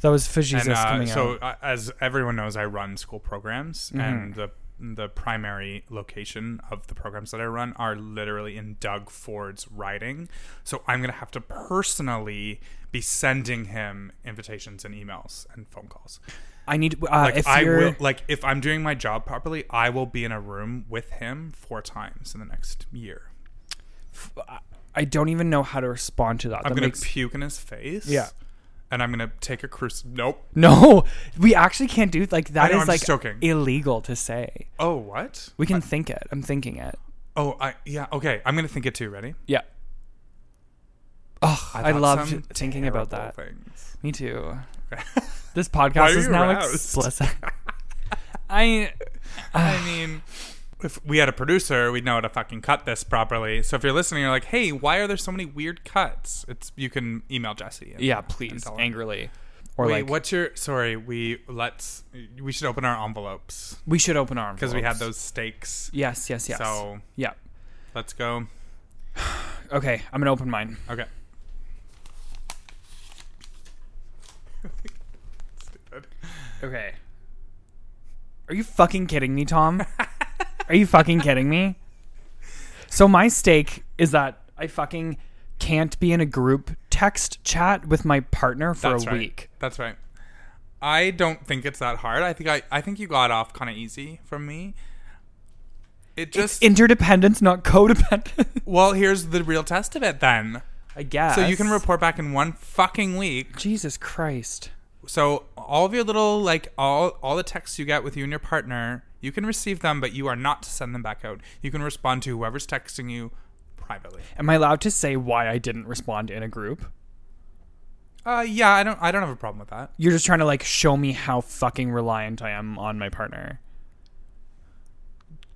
Speaker 3: that was fajitas
Speaker 2: and uh,
Speaker 3: coming
Speaker 2: so
Speaker 3: out Mm-hmm.
Speaker 2: uh, as everyone knows i run school programs and the the primary location of the programs that i run are literally in doug ford's riding so i'm going to have to personally be sending him invitations and emails and phone calls
Speaker 3: i need uh,
Speaker 2: like
Speaker 3: if
Speaker 2: i
Speaker 3: you're
Speaker 2: will like if i'm doing my job properly i will be in a room with him four times in the next year
Speaker 3: i don't even know how to respond to that
Speaker 2: i'm
Speaker 3: that
Speaker 2: going to
Speaker 3: makes
Speaker 2: puke in his face
Speaker 3: Yeah.
Speaker 2: and i'm going to take a cruise nope
Speaker 3: no we actually can't do like that
Speaker 2: know,
Speaker 3: is
Speaker 2: I'm
Speaker 3: like
Speaker 2: just joking.
Speaker 3: illegal to say
Speaker 2: oh what
Speaker 3: we can think it i'm thinking it
Speaker 2: oh i yeah okay i'm going to think it too ready
Speaker 3: yeah Oh, I
Speaker 2: thought some
Speaker 3: loved thinking about
Speaker 2: terrible
Speaker 3: that.
Speaker 2: things.
Speaker 3: Me too.
Speaker 2: Okay.
Speaker 3: This
Speaker 2: Why
Speaker 3: podcast
Speaker 2: are
Speaker 3: is
Speaker 2: you
Speaker 3: now
Speaker 2: aroused?
Speaker 3: explicit. I uh,
Speaker 2: I mean, if we had a producer, we'd know how to fucking cut this properly. So if you're listening, you're like, "Hey, why are there so many weird cuts?" It's you can email Jesse. And,
Speaker 3: yeah,
Speaker 2: and
Speaker 3: please
Speaker 2: tell her.
Speaker 3: angrily or
Speaker 2: Wait,
Speaker 3: like
Speaker 2: what's your? Sorry, we let's we should open our envelopes
Speaker 3: we should open our
Speaker 2: because we had those stakes.
Speaker 3: Yes, yes, yes.
Speaker 2: So
Speaker 3: yeah.
Speaker 2: let's go.
Speaker 3: Okay, I'm gonna open mine.
Speaker 2: Okay.
Speaker 3: Okay. Are you fucking kidding me, Tom? Are you fucking kidding me? So my stake is that I fucking can't be in a group text chat with my partner for
Speaker 2: That's
Speaker 3: a
Speaker 2: right.
Speaker 3: week.
Speaker 2: That's right. I don't think it's that hard. I think I, I think you got off kind of easy from me. It just
Speaker 3: Interdependence, not codependent.
Speaker 2: Well, here's the real test of it then.
Speaker 3: I guess.
Speaker 2: So you can report back in one fucking week.
Speaker 3: Jesus Christ.
Speaker 2: So all of your little like all all the texts you get with you and your partner, you can receive them, but you are not to send them back out. You can respond to whoever's texting you privately.
Speaker 3: Am I allowed to say why I didn't respond in a group?
Speaker 2: Uh yeah, I don't I don't have a problem with that.
Speaker 3: You're just trying to like show me how fucking reliant I am on my partner.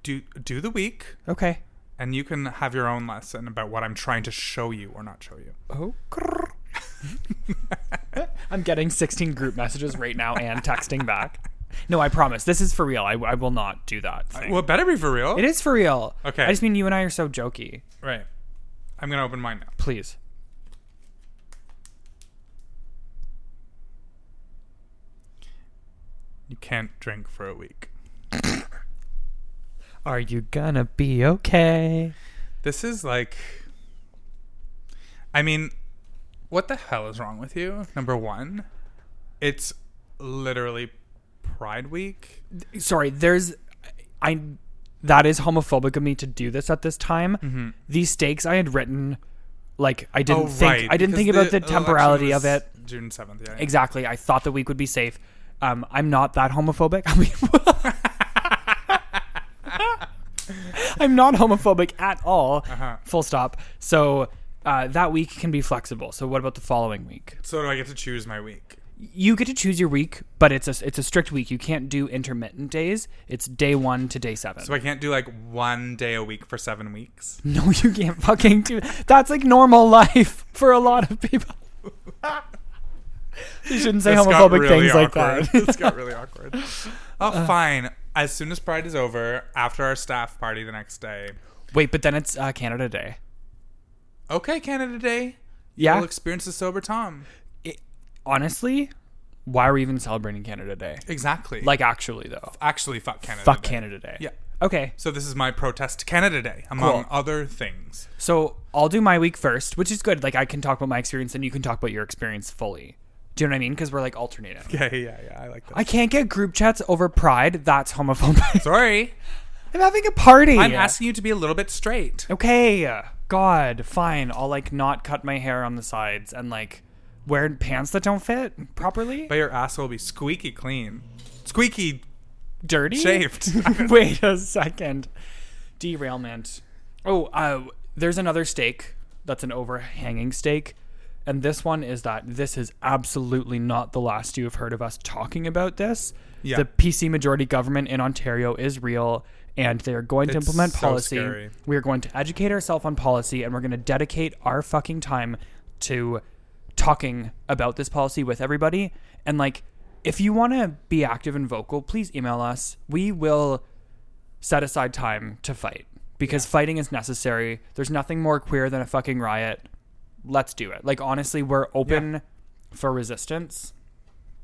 Speaker 2: Do do the week
Speaker 3: Okay.
Speaker 2: and you can have your own lesson about what I'm trying to show you or not show you.
Speaker 3: Oh. I'm getting 16 group messages right now and texting back. No, I promise. This is for real. I, I will not do that thing.
Speaker 2: Well, it better be for real.
Speaker 3: it is for real.
Speaker 2: Okay.
Speaker 3: I just mean you and I are so jokey.
Speaker 2: Right. I'm going to open mine now.
Speaker 3: Please.
Speaker 2: You can't drink for a week.
Speaker 3: Are you gonna be okay?
Speaker 2: This is like. I mean, what the hell is wrong with you? Number one, it's literally Pride Week.
Speaker 3: Sorry, there's. I. That is homophobic of me to do this at this time. These stakes I had written, like I didn't think I didn't
Speaker 2: Oh, because
Speaker 3: think about the
Speaker 2: election
Speaker 3: temporality
Speaker 2: was
Speaker 3: of it.
Speaker 2: June seventh. Yeah, yeah.
Speaker 3: Exactly. I thought the week would be safe. Um, I'm not that homophobic. I mean, I'm not homophobic at all.
Speaker 2: Uh-huh.
Speaker 3: Full stop. So uh, that week can be flexible. So what about the following week?
Speaker 2: So do I get to choose my week?
Speaker 3: You get to choose your week, but it's a it's a strict week. You can't do intermittent days. It's day one to day seven.
Speaker 2: So I can't do like one day a week for seven weeks.
Speaker 3: no, you can't fucking do. That's like normal life for a lot of people. you shouldn't say
Speaker 2: This got
Speaker 3: homophobic
Speaker 2: really
Speaker 3: things like
Speaker 2: awkward.
Speaker 3: that.
Speaker 2: this got really awkward. Oh, fine. As soon as Pride is over, after our staff party the next day.
Speaker 3: Wait, but then it's uh, Canada Day.
Speaker 2: Okay, Canada Day.
Speaker 3: Yeah.
Speaker 2: You'll experience a sober Tom.
Speaker 3: It- honestly, why are we even celebrating Canada Day?
Speaker 2: Exactly.
Speaker 3: Like, actually, though,
Speaker 2: actually, fuck Canada.
Speaker 3: fuck
Speaker 2: Day.
Speaker 3: Canada Day.
Speaker 2: Yeah.
Speaker 3: Okay.
Speaker 2: So this is my protest to Canada Day, among
Speaker 3: Cool.
Speaker 2: other things.
Speaker 3: So I'll do my week first, which is good. Like, I can talk about my experience and you can talk about your experience fully. Do you know what I mean? Because we're like alternating.
Speaker 2: Yeah, yeah, yeah. I like that.
Speaker 3: I can't get group chats over pride. That's homophobic.
Speaker 2: Sorry,
Speaker 3: I'm having a party.
Speaker 2: I'm asking you to be a little bit straight.
Speaker 3: Okay. God, fine. I'll like not cut my hair on the sides and like wear pants that don't fit properly.
Speaker 2: But your ass will be squeaky clean, squeaky
Speaker 3: Dirty.
Speaker 2: shaved.
Speaker 3: Wait a second. Derailment. Oh, uh, there's another stake that's an overhanging stake. And this one is that this is absolutely not the last you have heard of us talking about this.
Speaker 2: Yeah.
Speaker 3: The PC majority government in Ontario is real, and they are going to
Speaker 2: It's
Speaker 3: implement
Speaker 2: so
Speaker 3: policy.
Speaker 2: scary.
Speaker 3: We are going to educate ourselves on policy, and we're going to dedicate our fucking time to talking about this policy with everybody. And like, if you want to be active and vocal, please email us. We will set aside time to fight because fighting is necessary. There's nothing more queer than a fucking riot. Let's do it. Like honestly, we're open for resistance.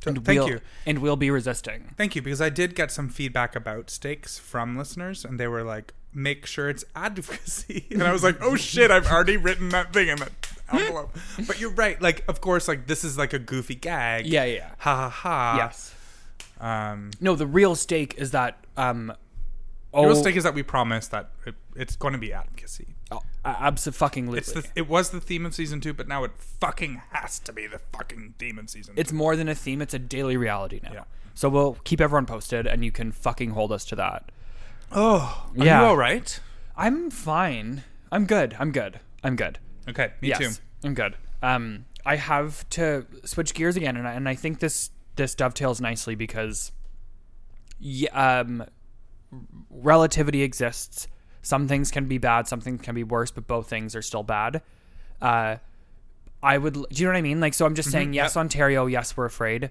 Speaker 2: So, Thank
Speaker 3: we'll,
Speaker 2: you.
Speaker 3: And we'll be resisting.
Speaker 2: Thank you, because I did get some feedback about stakes from listeners, and they were like, "Make sure it's advocacy," and I was like, "Oh shit, I've already written that thing in that envelope." But you're right. Like, of course, like this is like a goofy gag.
Speaker 3: Yeah, yeah.
Speaker 2: Ha ha ha.
Speaker 3: Yes.
Speaker 2: Um,
Speaker 3: No, the real stake is that um
Speaker 2: the
Speaker 3: oh,
Speaker 2: real stake is that we promise that it, it's going to be advocacy.
Speaker 3: absolutely.
Speaker 2: It's the, it was the theme of season two, but now it fucking has to be the fucking theme of season.
Speaker 3: it's more than a theme it's a daily reality now
Speaker 2: Yeah.
Speaker 3: so we'll keep everyone posted and you can fucking hold us to that
Speaker 2: two. oh, are
Speaker 3: Yeah.
Speaker 2: you all right?
Speaker 3: i'm fine i'm good i'm good i'm good
Speaker 2: Okay, me
Speaker 3: yes
Speaker 2: too.
Speaker 3: i'm good um i have to switch gears again and I, and I think this this dovetails nicely because yeah, um relativity exists some things can be bad some things can be worse but both things are still bad uh I would. Do you know what I mean? Like, so I'm just saying, yes,
Speaker 2: Mm-hmm. yep.
Speaker 3: Ontario, yes, we're afraid.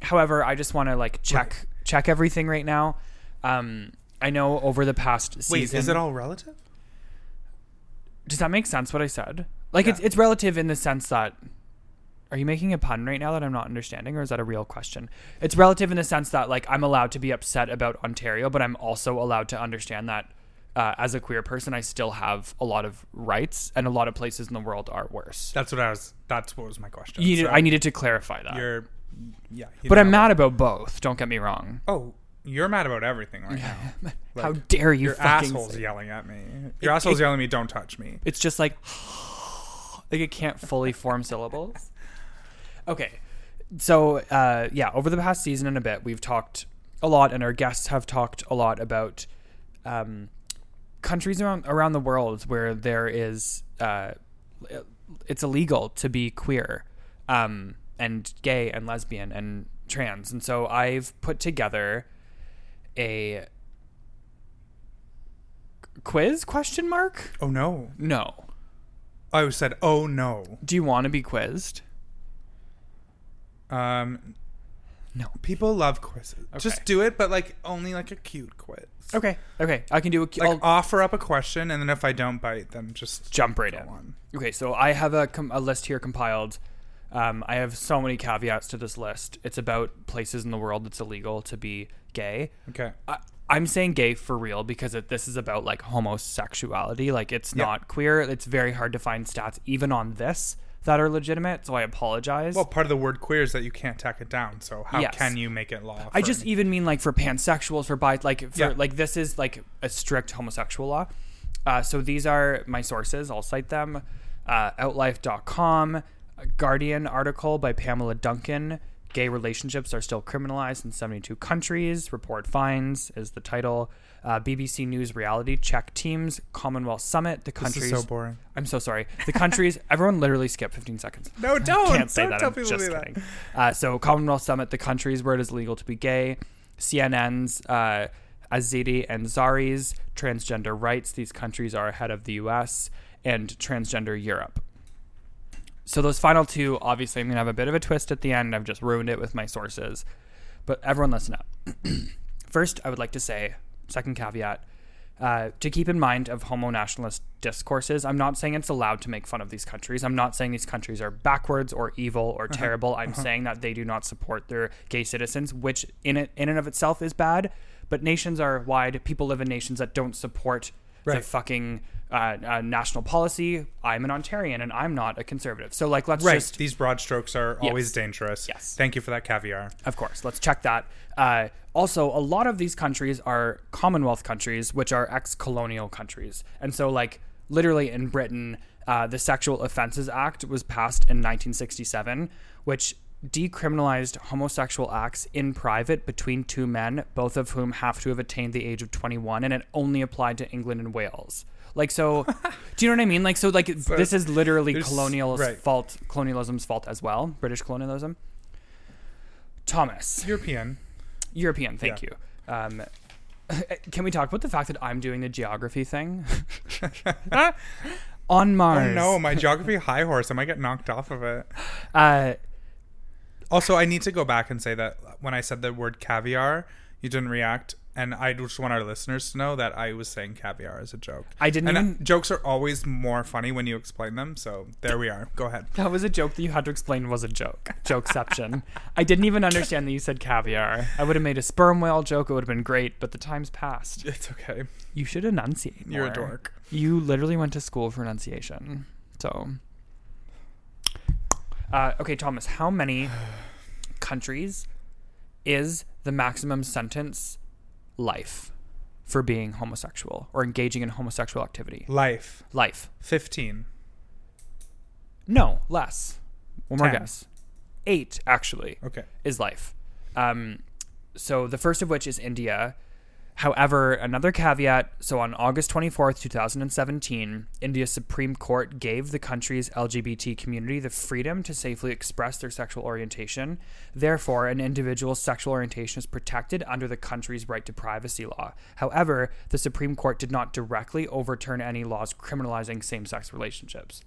Speaker 3: However, I just want to like check check everything right now. Um, I know over the past
Speaker 2: Wait,
Speaker 3: season,
Speaker 2: is it all relative?
Speaker 3: does that make sense? What I said, like, it's
Speaker 2: Yeah.
Speaker 3: it's relative in the sense that. Are you making a pun right now that I'm not understanding, or is that a real question? It's relative in the sense that, like, I'm allowed to be upset about Ontario, but I'm also allowed to understand that, uh, as a queer person, I still have a lot of rights, and a lot of places in the world are worse.
Speaker 2: That's what I was. That's what was my question.
Speaker 3: You-
Speaker 2: So
Speaker 3: I needed to clarify that.
Speaker 2: You're, yeah. you
Speaker 3: But I'm
Speaker 2: know.
Speaker 3: mad about both. Don't get me wrong.
Speaker 2: Oh, you're mad about everything right now. Like,
Speaker 3: How dare you?
Speaker 2: your
Speaker 3: fucking
Speaker 2: asshole's
Speaker 3: say-
Speaker 2: yelling at me. Your asshole's yelling at me. Don't touch me.
Speaker 3: It's just like, like it can't fully form syllables. Okay, so uh, yeah, over the past season and a bit, we've talked a lot, and our guests have talked a lot about um, countries around around the world where there is uh, it's illegal to be queer um, and gay and lesbian and trans, and so I've put together a quiz question mark
Speaker 2: Oh no!
Speaker 3: no
Speaker 2: I said, oh no.
Speaker 3: do you want to be quizzed
Speaker 2: Um,
Speaker 3: no
Speaker 2: people love quizzes. Just do it, but like only like a cute quiz.
Speaker 3: okay okay i can do a Q-
Speaker 2: Like uh,
Speaker 3: I'll
Speaker 2: offer up a question, and then if I don't bite, then just
Speaker 3: jump right in
Speaker 2: on.
Speaker 3: okay so i have a, com- a list here compiled um, i have so many caveats to this list it's about places in the world that's illegal to be gay
Speaker 2: Okay.
Speaker 3: I, i'm saying gay for real because it, this is about like homosexuality like it's
Speaker 2: Yeah.
Speaker 3: not queer it's very hard to find stats even on this that are legitimate so i apologize
Speaker 2: Well, part of the word queer is that you can't tack it down. So how
Speaker 3: Yes.
Speaker 2: can you make it law?
Speaker 3: I
Speaker 2: for
Speaker 3: just
Speaker 2: any-
Speaker 3: even mean like for pansexuals, for bi, like for
Speaker 2: Yeah.
Speaker 3: like this is like a strict homosexual law. Uh, so these are my sources. I'll cite them: uh, Outlife.com, a uh, Guardian article by Pamela Duncan. Gay relationships are still criminalized in 72 countries. Report finds is the title. Uh, BBC News reality check teams Commonwealth Summit. The
Speaker 2: this
Speaker 3: countries.
Speaker 2: is so boring.
Speaker 3: I'm so sorry. The countries. everyone literally skip 15 seconds.
Speaker 2: No, don't.
Speaker 3: Can't say
Speaker 2: Don't
Speaker 3: that.
Speaker 2: tell
Speaker 3: I'm
Speaker 2: people
Speaker 3: just
Speaker 2: to do that.
Speaker 3: kidding. Uh, so Commonwealth Summit, the countries where it is legal to be gay, CNN's uh, Azidi and Zari's transgender rights. These countries are ahead of the U.S. and transgender Europe. So those final two, obviously, I'm gonna have a bit of a twist at the end. I've just ruined it with my sources, but everyone listen up. First, I would like to say, second caveat, uh, to keep in mind of homo nationalist discourses. I'm not saying it's allowed to make fun of these countries. I'm not saying these countries are backwards or evil
Speaker 2: Uh-huh.
Speaker 3: or terrible. I'm saying that they do not support their gay citizens, which in it, in and of itself is bad. But nations are wide. People live in nations that don't support the
Speaker 2: Right.
Speaker 3: fucking uh, uh, national policy. I'm an Ontarian and I'm not a conservative. So like, let's
Speaker 2: Right.
Speaker 3: just
Speaker 2: These broad strokes are always dangerous.
Speaker 3: Yes.
Speaker 2: Thank you for that caviar.
Speaker 3: Of course, let's check that. Uh, also, a lot of these countries are Commonwealth countries, which are ex-colonial countries, and so like literally in Britain, uh, the Sexual Offences Act was passed in 1967, which decriminalized homosexual acts in private between two men, both of whom have to have attained the age of 21, and it only applied to England and Wales. Like so, do you know what I mean? Like so, like this is literally
Speaker 2: there's-
Speaker 3: colonialist
Speaker 2: right.
Speaker 3: fault, colonialism's fault as well, British colonialism. Thomas,
Speaker 2: European.
Speaker 3: European, thank you. Um, can we talk about the fact that I'm doing the geography thing on Mars?
Speaker 2: Oh, No, my geography high horse. I might get knocked off of it.
Speaker 3: Uh,
Speaker 2: Also, I need to go back and say that when I said the word caviar, you didn't react. And I just want our listeners to know that I was saying caviar as a joke.
Speaker 3: I didn't
Speaker 2: And uh,
Speaker 3: even-
Speaker 2: jokes are always more funny when you explain them. So there we are. Go ahead.
Speaker 3: that was a joke that you had to explain was a joke. Jokeception. I didn't even understand that you said caviar. I would have made a sperm whale joke. It would have been great, but the time's passed.
Speaker 2: It's okay.
Speaker 3: You should enunciate.
Speaker 2: You're a
Speaker 3: more.
Speaker 2: dork.
Speaker 3: You literally went to school for enunciation. So, uh, okay, Thomas, how many countries is the maximum sentence life for being homosexual or engaging in homosexual activity?
Speaker 2: Life.
Speaker 3: Life.
Speaker 2: 15.
Speaker 3: No, less. One more
Speaker 2: Ten.
Speaker 3: guess. Eight, actually
Speaker 2: Okay.
Speaker 3: is life. Um, so the first of which is India. However, another caveat. So on August 24th, 2017, India's Supreme Court gave the country's LGBT community the freedom to safely express their sexual orientation. Therefore, an individual's sexual orientation is protected under the country's right to privacy law. However, the Supreme Court did not directly overturn any laws criminalizing same sex relationships.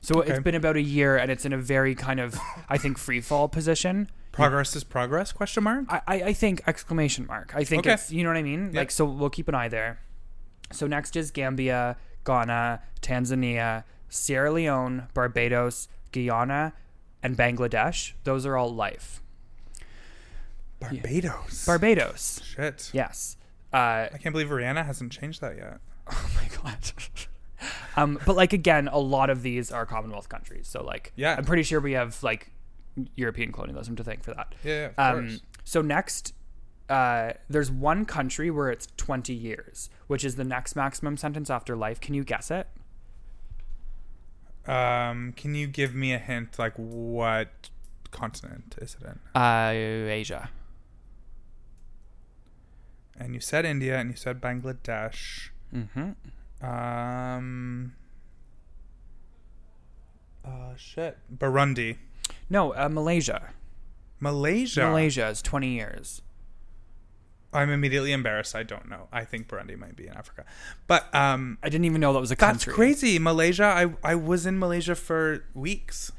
Speaker 3: So it's
Speaker 2: Okay.
Speaker 3: been about a year and it's in a very kind of, I think, free fall position.
Speaker 2: Progress is progress? Question mark.
Speaker 3: I, I I think exclamation mark. I think
Speaker 2: Okay.
Speaker 3: it's you know what I mean?
Speaker 2: Yeah.
Speaker 3: Like so we'll keep an eye there. So next is Gambia, Ghana, Tanzania, Sierra Leone, Barbados, Guyana, and Bangladesh. Those are all life.
Speaker 2: Barbados.
Speaker 3: Barbados.
Speaker 2: Shit.
Speaker 3: Yes. Uh,
Speaker 2: I can't believe Rihanna hasn't changed that yet.
Speaker 3: oh my god. um, but like again, a lot of these are Commonwealth countries. So like
Speaker 2: Yeah.
Speaker 3: I'm pretty sure we have like European colonialism to thank for that.
Speaker 2: Yeah, of
Speaker 3: Um,
Speaker 2: course.
Speaker 3: so next, uh, there's one country where it's 20 years, which is the next maximum sentence after life. Can you guess it?
Speaker 2: Um, can you give me a hint, like what continent is it in?
Speaker 3: Uh, Asia.
Speaker 2: And you said India, and you said Bangladesh.
Speaker 3: Mm-hmm.
Speaker 2: Um. Uh, shit. Burundi,
Speaker 3: No, uh, Malaysia.
Speaker 2: Malaysia.
Speaker 3: Malaysia is 20 years.
Speaker 2: I'm immediately embarrassed. I don't know. I think Burundi might be in Africa, but um,
Speaker 3: I didn't even know that was a
Speaker 2: that's
Speaker 3: country.
Speaker 2: crazy. Malaysia. I I was in Malaysia for weeks.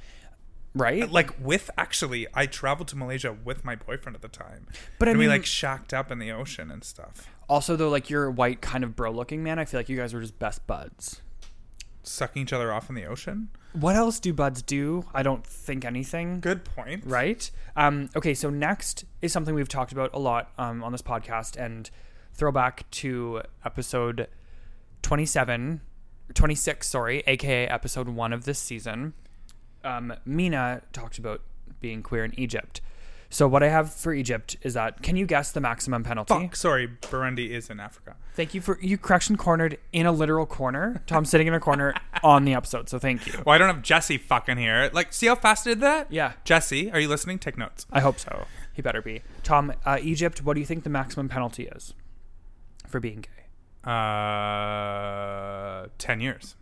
Speaker 3: right?
Speaker 2: Like with actually, I traveled to Malaysia with my boyfriend at the time.
Speaker 3: But I
Speaker 2: and
Speaker 3: mean-
Speaker 2: we like shacked up in the ocean and stuff,
Speaker 3: also, though, like you're a white kind of bro-looking man. I feel like you guys were just best buds.
Speaker 2: sucking each other off in the ocean.
Speaker 3: What else do buds do? I don't think anything.
Speaker 2: Good point.
Speaker 3: right? Um, okay, so next is something we've talked about a lot um, on this podcast and throwback to episode 27, 26, sorry, aka episode one of this season. Um, Mina talked about being queer in Egypt. So, what I have for Egypt is that can you guess the maximum penalty?
Speaker 2: Fuck. Sorry, Burundi is in Africa.
Speaker 3: Thank you for you correction cornered in a literal corner. Tom's sitting in a corner on the episode, so thank you.
Speaker 2: Well, I don't have Jesse fucking here. Like, see how fast I did that?
Speaker 3: Yeah.
Speaker 2: Jesse, are you listening? Take notes.
Speaker 3: I hope so. He better be. Tom, uh, Egypt, what do you think the maximum penalty is for being gay?
Speaker 2: Uh, 10 years.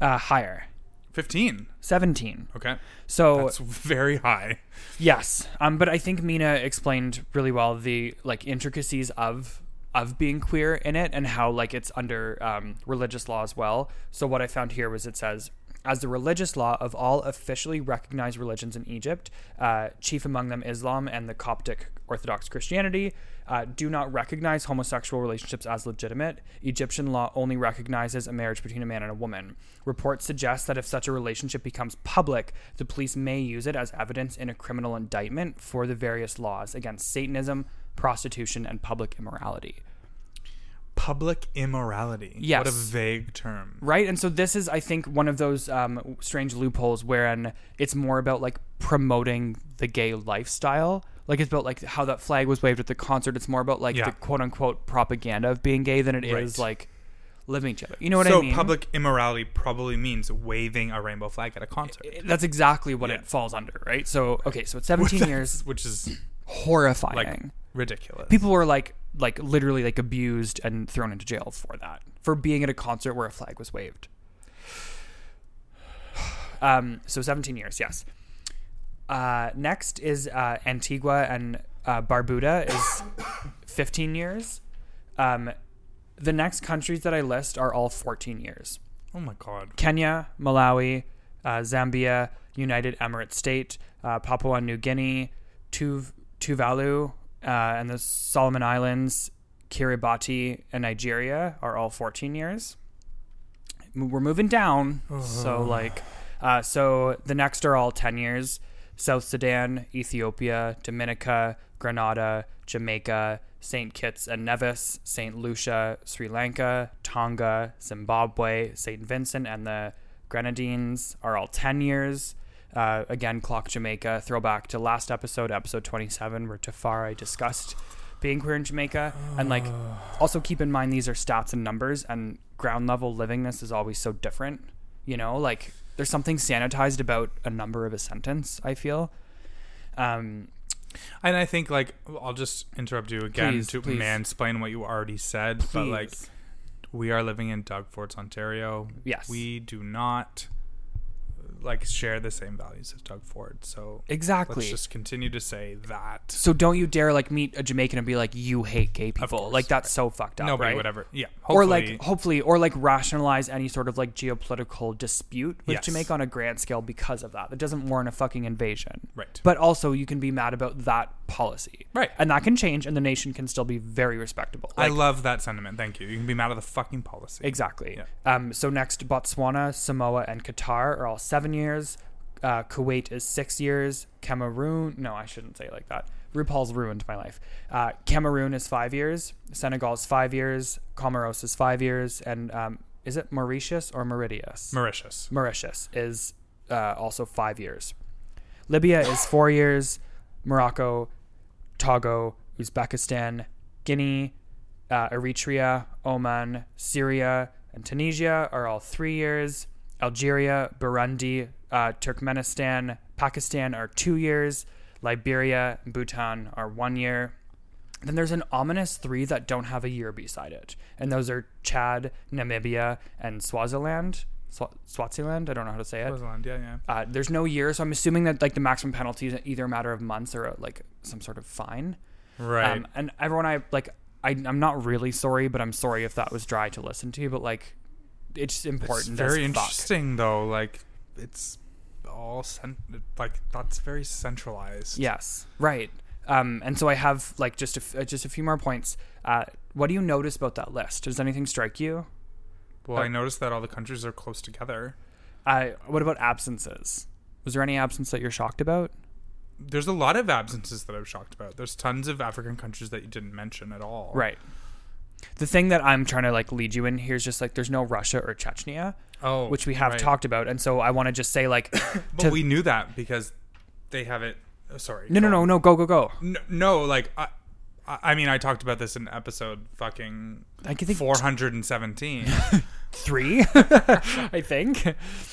Speaker 3: Uh, higher,
Speaker 2: 15.
Speaker 3: 17.
Speaker 2: Okay.
Speaker 3: So
Speaker 2: That's very high.
Speaker 3: yes, um, but I think Mina explained really well the like intricacies of of being queer in it and how like it's under um, religious law as well. So what I found here was it says as the religious law of all officially recognized religions in Egypt, uh, chief among them Islam and the Coptic Orthodox Christianity, uh, do not recognize homosexual relationships as legitimate. Egyptian law only recognizes a marriage between a man and a woman. Reports suggest that if such a relationship becomes public, the police may use it as evidence in a criminal indictment for the various laws against Satanism, prostitution, and public immorality.
Speaker 2: Public immorality. What a
Speaker 3: Yes.
Speaker 2: vague term.
Speaker 3: right and so this is i think one of those um, strange loopholes wherein it's more about like promoting the gay lifestyle like it's about like how that flag was waved at the concert it's more about like
Speaker 2: Yeah.
Speaker 3: the quote unquote propaganda of being gay than it is
Speaker 2: Right.
Speaker 3: like living each other you know what
Speaker 2: so
Speaker 3: i mean
Speaker 2: public immorality probably means waving a rainbow flag at a concert.
Speaker 3: that's exactly what
Speaker 2: Yeah.
Speaker 3: it falls under right so okay so it's 17 years
Speaker 2: which is
Speaker 3: horrifying
Speaker 2: like ridiculous.
Speaker 3: people were like like literally like abused and thrown into jail for that for being at a concert where a flag was waved um so 17 years yes uh next is uh antigua and uh, barbuda is 15 years um the next countries that i list are all 14 years
Speaker 2: oh my god.
Speaker 3: Kenya, Malawi, uh, Zambia, United Emirate State, uh, Papua New Guinea, Tuv- Tuvalu, uh, and the Solomon Islands, Kiribati, and Nigeria are all 14 years. M- We're moving down. So, like, uh, so the next are all 10 years South Sudan, Ethiopia, Dominica, Grenada, Jamaica, St. Kitts and Nevis, St. Lucia, Sri Lanka, Tonga, Zimbabwe, St. Vincent, and the Grenadines are all 10 years. Uh, again, Clock Jamaica, throwback to last episode, episode 27, where Tafari discussed being queer in Jamaica. And like, also keep in mind these are stats and numbers, and ground level livingness is always so different. You know, like there's something sanitized about a number of a sentence, I feel. Um,
Speaker 2: And I think like I'll just interrupt you again
Speaker 3: Please,
Speaker 2: to
Speaker 3: please.
Speaker 2: mansplain what you already said, but like
Speaker 3: please.
Speaker 2: we are living in Doug Forts, Ontario.
Speaker 3: Yes.
Speaker 2: We do not like share the same values as Doug Ford. So
Speaker 3: exactly.
Speaker 2: let's just continue to say that.
Speaker 3: So don't you dare like meet a Jamaican and be like, you hate gay people.
Speaker 2: course,
Speaker 3: like that's so fucked up.
Speaker 2: Nobody
Speaker 3: right?
Speaker 2: would ever. Yeah.
Speaker 3: Or
Speaker 2: Hopefully,
Speaker 3: like hopefully, or like rationalize any sort of like geopolitical dispute with
Speaker 2: Yes.
Speaker 3: Jamaica on a grand scale because of that. That doesn't warrant a fucking invasion.
Speaker 2: Right.
Speaker 3: But also, you can be mad about that policy.
Speaker 2: Right.
Speaker 3: And that can change, and the nation can still be very respectable.
Speaker 2: I love that sentiment. Thank you. You can be mad at the fucking policy.
Speaker 3: Exactly.
Speaker 2: Yeah.
Speaker 3: Um, so next, Botswana, Samoa, and Qatar are all seven years. Uh, Kuwait is six years. Cameroon, no, I shouldn't say it like that. RuPaul's ruined my life. Uh, Cameroon is five years. Senegal is five years. Comoros is five years. And um, is it Mauritius or Mauritius?
Speaker 2: Mauritius.
Speaker 3: Mauritius is uh, also five years. Libya is four years. Morocco, Togo, Uzbekistan, Guinea, uh, Eritrea, Oman, Syria, and Tunisia are all three years. Algeria, Burundi, uh, Turkmenistan, Pakistan are two years. Liberia, and Bhutan are one year. Then there's an ominous three that don't have a year beside it, and those are Chad, Namibia, and Swaziland. Swa- Swaziland, I don't know how to say it.
Speaker 2: Swaziland, Yeah, yeah.
Speaker 3: Uh, there's no year, so I'm assuming that like the maximum penalty is either a matter of months or uh, like some sort of fine.
Speaker 2: Right.
Speaker 3: Um, and everyone, I like, I, I'm not really sorry, but I'm sorry if that was dry to listen to. But like, it's
Speaker 2: it's
Speaker 3: important.
Speaker 2: very
Speaker 3: as fuck.
Speaker 2: interesting though. Like it's all cent- like that's very centralized.
Speaker 3: Yes, right. Um, and so I have like just a f- uh, just a few more points. Uh, what do you notice about that list? Does anything strike you?
Speaker 2: Well,
Speaker 3: Uh,
Speaker 2: I noticed that all the countries are close together.
Speaker 3: Uh, what about absences? Was there any absence that you're shocked about?
Speaker 2: There's a lot of absences that I'm shocked about. There's tons of African countries that you didn't mention at all.
Speaker 3: Right. The thing that I'm trying to like lead you in here is just like there's no Russia or Chechnya,
Speaker 2: Oh,
Speaker 3: which we have
Speaker 2: right.
Speaker 3: talked about, and so I want to just say like,
Speaker 2: But
Speaker 3: to-
Speaker 2: we knew that because they have it. oh, sorry.
Speaker 3: no, no,
Speaker 2: go
Speaker 3: no,
Speaker 2: on.
Speaker 3: no, go, go, go.
Speaker 2: no, no. Like I, I I mean, I talked about this in episode fucking
Speaker 3: I can think
Speaker 2: 417.
Speaker 3: three, I think.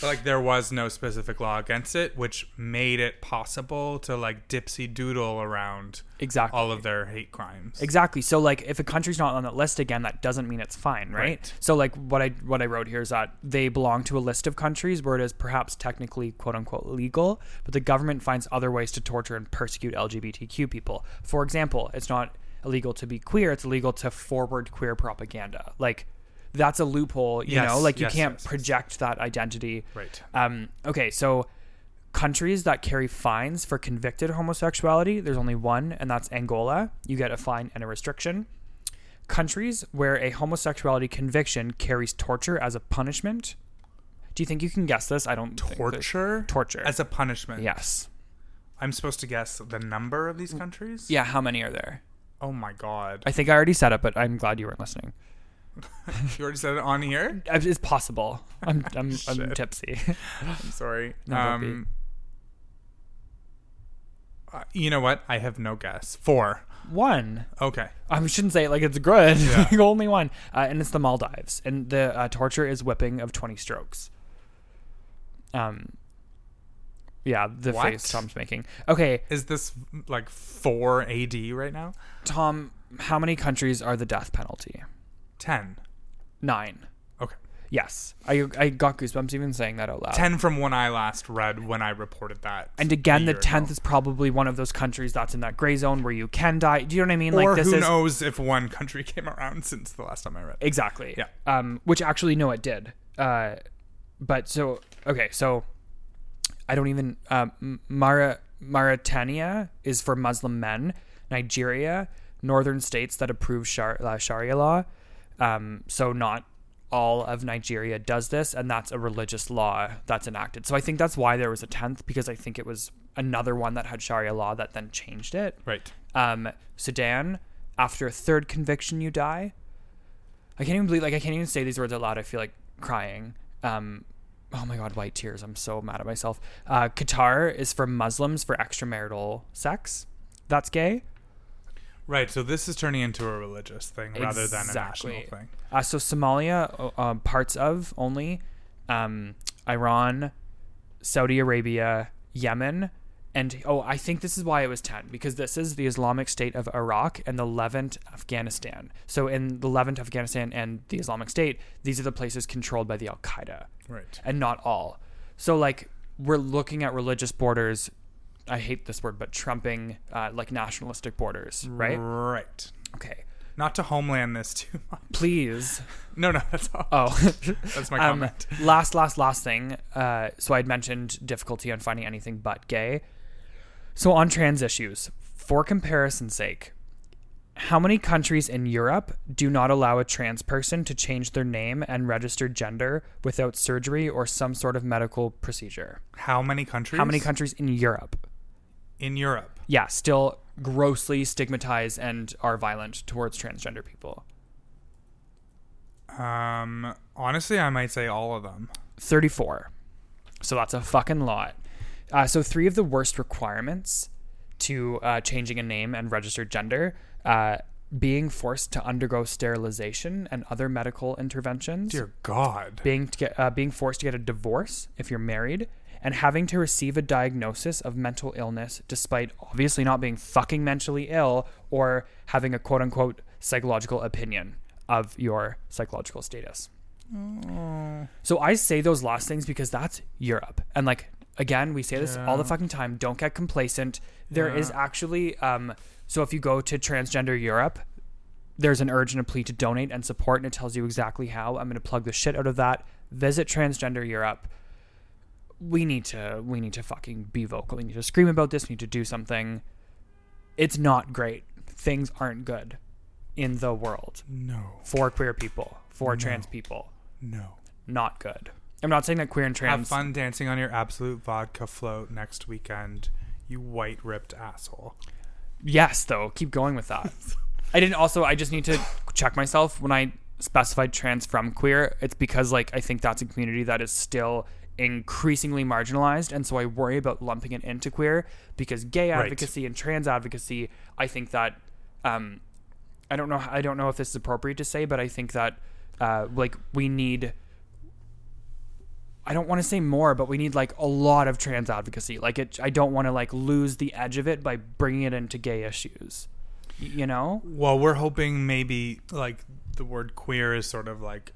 Speaker 2: like there was no specific law against it, which made it possible to like dipsy doodle around
Speaker 3: Exactly.
Speaker 2: all of their hate crimes.
Speaker 3: Exactly. So like if a country's not on that list again, that doesn't mean it's fine, right?
Speaker 2: Right.
Speaker 3: So like what I what I wrote here is that they belong to a list of countries where it is perhaps technically quote unquote legal, but the government finds other ways to torture and persecute LGBTQ people. For example, it's not illegal to be queer, it's illegal to forward queer propaganda. Like that's a loophole, you
Speaker 2: Yes,
Speaker 3: know, like you
Speaker 2: yes,
Speaker 3: can't
Speaker 2: yes, yes.
Speaker 3: project that identity.
Speaker 2: Right.
Speaker 3: Um, okay, so countries that carry fines for convicted homosexuality, there's only one, and that's Angola. You get a fine and a restriction. Countries where a homosexuality conviction carries torture as a punishment. Do you think you can guess this? I don't think that-
Speaker 2: Torture?
Speaker 3: Torture.
Speaker 2: As a punishment.
Speaker 3: Yes.
Speaker 2: I'm supposed to guess the number of these countries?
Speaker 3: Yeah. How many are there?
Speaker 2: Oh my god.
Speaker 3: I think I already said it, but I'm glad you weren't listening.
Speaker 2: you already said it on here?
Speaker 3: Uh, It's possible. I'm I'm, I'm
Speaker 2: Shit.
Speaker 3: tipsy.
Speaker 2: I'm sorry. Um,
Speaker 3: No, don't be.
Speaker 2: uh, you know what? I have no guess. Four.
Speaker 3: One.
Speaker 2: Okay.
Speaker 3: I shouldn't say it like it's good.
Speaker 2: Yeah.
Speaker 3: Like, only one, uh, and it's the Maldives, and the uh, torture is whipping of twenty strokes. Um. Yeah, the
Speaker 2: What?
Speaker 3: face Tom's making. Okay,
Speaker 2: Is this like four AD right now?
Speaker 3: Tom, how many countries are the death penalty?
Speaker 2: Ten.
Speaker 3: Nine.
Speaker 2: Okay.
Speaker 3: Yes, I I got goosebumps even saying that out loud.
Speaker 2: Ten from when I last read when I reported that. a
Speaker 3: And again, the
Speaker 2: year
Speaker 3: tenth
Speaker 2: ago.
Speaker 3: is probably one of those countries that's in that gray zone where you can die. Do you know what I mean?
Speaker 2: Or
Speaker 3: like this
Speaker 2: who
Speaker 3: is
Speaker 2: knows if one country came around since the last time I read.
Speaker 3: Exactly.
Speaker 2: Yeah.
Speaker 3: Um, which actually, no, it did. Uh, but so okay, so I don't even um, M- Mara Mauritania is for Muslim men. Nigeria, northern states that approve shar- uh, Sharia law. Um, so not all of Nigeria does this, and that's a religious law that's enacted. So I think that's why there was a tenth because I think it was another one that had Sharia law that then changed it.
Speaker 2: Right.
Speaker 3: Um, Sudan, after a third conviction, you die. I can't even believe, like, I can't even say these words out loud. I feel like crying. Um, oh my God, white tears. I'm so mad at myself. Uh, Qatar is for Muslims for extramarital sex. That's gay.
Speaker 2: Right. So this is turning into a religious thing rather than a national
Speaker 3: Exactly.
Speaker 2: thing.
Speaker 3: Uh, so Somalia, uh, uh, parts of only, um, Iran, Saudi Arabia, Yemen, and oh, I think this is why it was ten because this is the Islamic State of Iraq and the Levant, Afghanistan. So in the Levant, Afghanistan, and the Islamic State, these are the places controlled by the Al Qaeda,
Speaker 2: Right.
Speaker 3: and not all. So like we're looking at religious borders. I hate this word, but trumping uh, like nationalistic borders, right?
Speaker 2: Right.
Speaker 3: Okay,
Speaker 2: Not to homeland this too much.
Speaker 3: please.
Speaker 2: No, no, that's all.
Speaker 3: Oh.
Speaker 2: That's my
Speaker 3: Um,
Speaker 2: comment.
Speaker 3: last, last, last thing. Uh, so I'd mentioned difficulty on finding anything but gay. So on trans issues, for comparison's sake, how many countries in Europe do not allow a trans person to change their name and registered gender without surgery or some sort of medical procedure?
Speaker 2: How many countries?
Speaker 3: How many countries in Europe?
Speaker 2: in Europe?
Speaker 3: Yeah, still grossly stigmatize and are violent towards transgender people.
Speaker 2: Um, honestly, I might say all of them.
Speaker 3: 34. So that's a fucking lot. Uh, so three of the worst requirements to uh, changing a name and registered gender: uh, being forced to undergo sterilization and other medical interventions,
Speaker 2: Dear God.
Speaker 3: being to get, uh, being forced to get a divorce if you're married, and having to receive a diagnosis of mental illness despite obviously not being fucking mentally ill or having a quote unquote psychological opinion of your psychological status. So I say those last things because that's Europe. And like again, we say this all the fucking time. Don't get complacent. There is actually um so if you go to transgender Europe, there's an urge and a plea to donate and support and it tells you exactly how. I'm gonna plug the shit out of that. Visit transgender Europe. We need to we need to fucking be vocal. We need to scream about this, we need to do something. It's not great. Things aren't good in the world
Speaker 2: No,
Speaker 3: for queer people, for trans people
Speaker 2: no.
Speaker 3: not good. I'm not saying that queer and
Speaker 2: Have
Speaker 3: trans.
Speaker 2: fun dancing on your absolute vodka float next weekend, you white ripped asshole.
Speaker 3: Yes, though. Keep going with that. I didn't also. I just need to check myself when I specified trans from queer. It's because like I think that's a community that is still increasingly marginalized, and so I worry about lumping it into queer because gay
Speaker 2: Right.
Speaker 3: advocacy and trans advocacy. I think that um, I don't know. I don't know if this is appropriate to say, but I think that uh, like we need. I don't want to say more, but we need like a lot of trans advocacy. Like it, I don't want to like lose the edge of it by bringing it into gay issues. Y- You know?
Speaker 2: Well, we're hoping maybe like the word queer is sort of like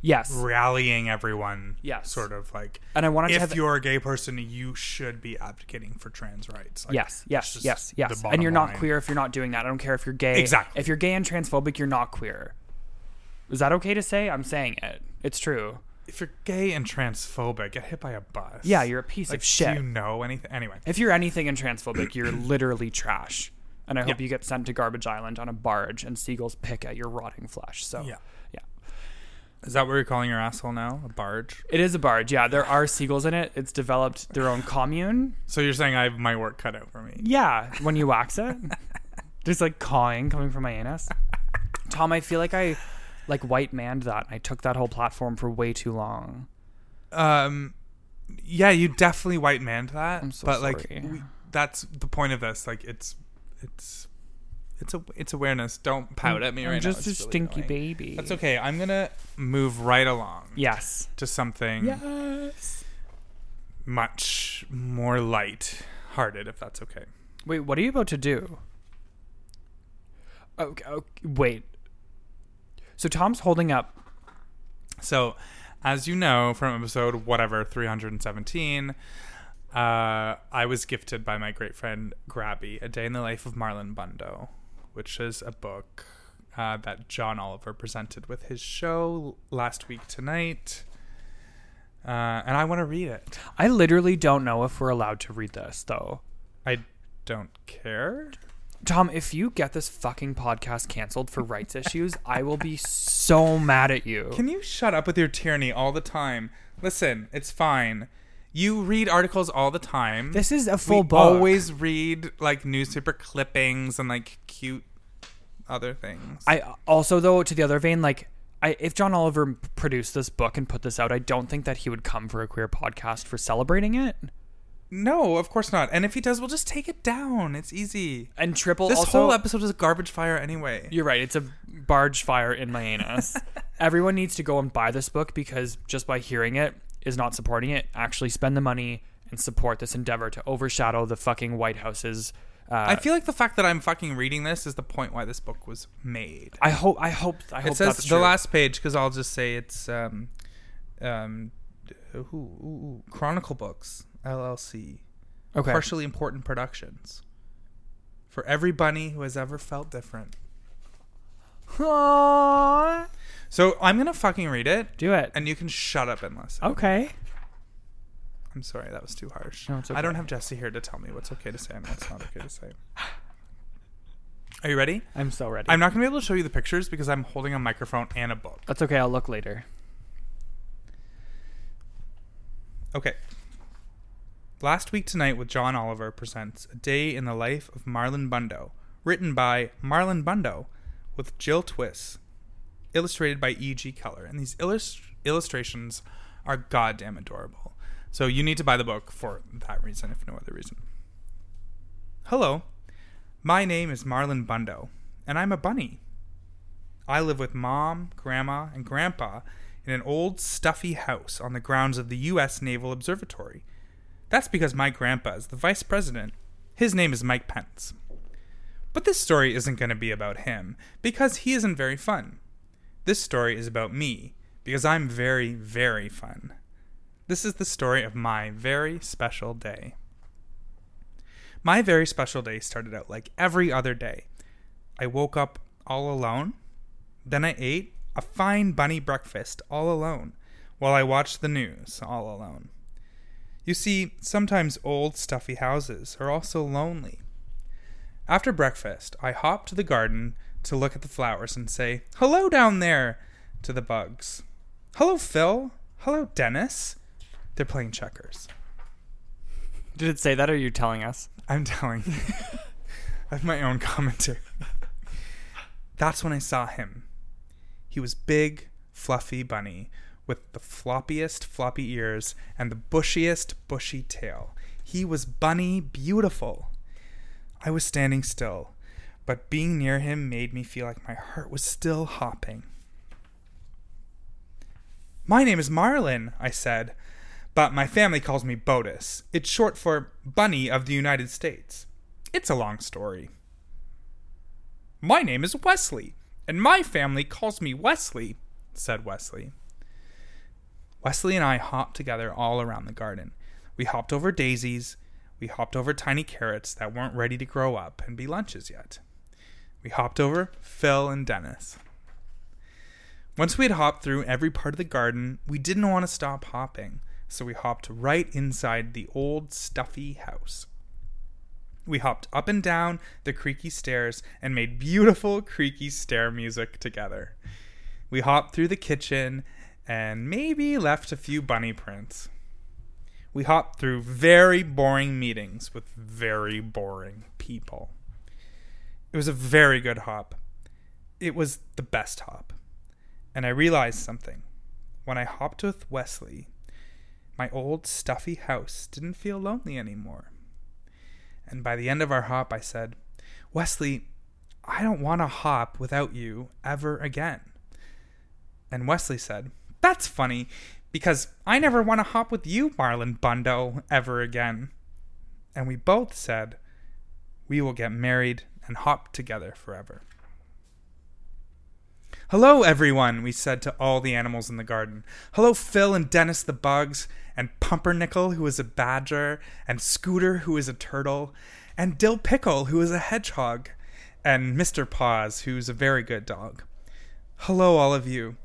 Speaker 3: Yes.
Speaker 2: rallying everyone.
Speaker 3: Yes.
Speaker 2: Sort of like
Speaker 3: And I wanted to
Speaker 2: if
Speaker 3: have
Speaker 2: you're a gay person, you should be advocating for trans rights. Like,
Speaker 3: yes,
Speaker 2: it's
Speaker 3: yes,
Speaker 2: just
Speaker 3: yes,
Speaker 2: the
Speaker 3: yes.
Speaker 2: bottom
Speaker 3: And you're not
Speaker 2: line.
Speaker 3: queer if you're not doing that. I don't care if you're gay.
Speaker 2: Exactly.
Speaker 3: If you're gay and transphobic, you're not queer. Is that okay to say? I'm saying it. It's true.
Speaker 2: If you're gay and transphobic, get hit by a bus.
Speaker 3: Yeah, you're a piece
Speaker 2: like,
Speaker 3: of shit.
Speaker 2: Do you know anything? Anyway,
Speaker 3: If you're anything and transphobic, you're literally trash. And I hope
Speaker 2: Yeah.
Speaker 3: you get sent to Garbage Island on a barge and seagulls pick at your rotting flesh. So,
Speaker 2: Yeah.
Speaker 3: yeah.
Speaker 2: is that what you're calling your asshole now? A barge?
Speaker 3: It is a barge. Yeah, there are seagulls in it. It's developed their own commune.
Speaker 2: So you're saying I have my work cut out for me?
Speaker 3: Yeah, when you wax it, there's like cawing coming from my anus. Tom, I feel like I like white manned that. I took that whole platform for way too long.
Speaker 2: Um, yeah, you definitely white manned that.
Speaker 3: I'm so
Speaker 2: but like,
Speaker 3: sorry.
Speaker 2: we, that's the point of this. Like, it's it's it's a it's awareness. Don't pout at me
Speaker 3: I'm
Speaker 2: right now.
Speaker 3: just a
Speaker 2: It's really
Speaker 3: stinky
Speaker 2: annoying.
Speaker 3: baby.
Speaker 2: That's okay. I'm gonna move right along
Speaker 3: Yes.
Speaker 2: to something
Speaker 3: Yes.
Speaker 2: much more light-hearted, if that's okay.
Speaker 3: Wait, what are you about to do? Okay, okay wait. So Tom's holding up.
Speaker 2: So, as you know from episode whatever 317, uh, I was gifted by my great friend Grabby a day in the life of Marlon Bundo, which is a book uh, that John Oliver presented with his show last week tonight. Uh, and I want to read it.
Speaker 3: I literally don't know if we're allowed to read this though.
Speaker 2: I don't care.
Speaker 3: Tom, if you get this fucking podcast canceled for rights issues, I will be so mad at you.
Speaker 2: Can you shut up with your tyranny all the time? Listen, it's fine. You read articles all the time.
Speaker 3: this is a full
Speaker 2: we
Speaker 3: book.
Speaker 2: always read like newspaper clippings and like cute other things.
Speaker 3: I also though to the other vein, like I, if John Oliver p- produced this book and put this out, I don't think that he would come for a queer podcast for celebrating it.
Speaker 2: no, of course not. And if he does, we'll just take it down. It's easy.
Speaker 3: And triple
Speaker 2: This
Speaker 3: also,
Speaker 2: whole episode is garbage fire anyway.
Speaker 3: You're right. It's a barge fire in my anus. Everyone needs to go and buy this book because just by hearing it is not supporting it. Actually, spend the money and support this endeavor to overshadow the fucking White House's. Uh,
Speaker 2: I feel like the fact that I'm fucking reading this is the point why this book was made.
Speaker 3: I hope. I hope. I hope
Speaker 2: It says
Speaker 3: that's
Speaker 2: the
Speaker 3: true.
Speaker 2: last page because I'll just say it's um, um, ooh, ooh, ooh, Chronicle Books LLC.
Speaker 3: Okay.
Speaker 2: partially important productions for every bunny who has ever felt different.
Speaker 3: Aw.
Speaker 2: So I'm gonna fucking read it,
Speaker 3: Do it.
Speaker 2: and you can shut up and listen.
Speaker 3: okay.
Speaker 2: I'm sorry, that was too harsh.
Speaker 3: No, it's
Speaker 2: I don't
Speaker 3: okay.
Speaker 2: have Jesse here to tell me what's okay to say and what's not okay to say. Are you ready?
Speaker 3: I'm so ready.
Speaker 2: I'm not gonna be able to show you the pictures because I'm holding a microphone and a book.
Speaker 3: that's okay. I'll look later.
Speaker 2: Okay. Last Week Tonight with John Oliver presents A Day in the Life of Marlon Bundo, written by Marlon Bundo with Jill Twiss, illustrated by E.G. Keller. And these illust- illustrations are goddamn adorable. So you need to buy the book for that reason, if no other reason. Hello. My name is Marlon Bundo, and I'm a bunny. I live with mom, grandma, and grandpa in an old stuffy house on the grounds of the U.S. Naval Observatory. That's because my grandpa is the vice president. His name is Mike Pence. But this story isn't going to be about him because he isn't very fun. This story is about me because I'm very, very fun. This is the story of my very special day. My very special day started out like every other day. I woke up all alone. Then I ate a fine bunny breakfast all alone while I watched the news all alone. You see, sometimes old stuffy houses are also lonely. After breakfast, I hop to the garden to look at the flowers and say, Hello down there to the bugs. Hello, Phil. Hello, Dennis. They're playing checkers.
Speaker 3: Did it say that, or are you telling us?
Speaker 2: I'm telling you. I have my own commentary. That's when I saw him. He was big, fluffy bunny with the floppiest floppy ears and the bushiest bushy tail. He was bunny beautiful. I was standing still, but being near him made me feel like my heart was still hopping. My name is Marlin, I said, but my family calls me Botus. It's short for Bunny of the United States. It's a long story. My name is Wesley, and my family calls me Wesley, said Wesley. Wesley and I hopped together all around the garden. We hopped over daisies, we hopped over tiny carrots that weren't ready to grow up and be lunches yet. We hopped over Phil and Dennis. Once we had hopped through every part of the garden, we didn't want to stop hopping, so we hopped right inside the old stuffy house. We hopped up and down the creaky stairs and made beautiful creaky stair music together. We hopped through the kitchen and maybe left a few bunny prints. We hopped through very boring meetings with very boring people. It was a very good hop. It was the best hop. And I realized something. When I hopped with Wesley, my old stuffy house didn't feel lonely anymore. And by the end of our hop, I said, Wesley, I don't want to hop without you ever again. And Wesley said, That's funny, because I never want to hop with you, Marlon Bundo, ever again. And we both said, We will get married and hop together forever. Hello, everyone, we said to all the animals in the garden. Hello, Phil and Dennis the bugs, and Pumpernickel, who is a badger, and Scooter, who is a turtle, and Dill Pickle, who is a hedgehog, and Mr. Paws, who's a very good dog. Hello, all of you.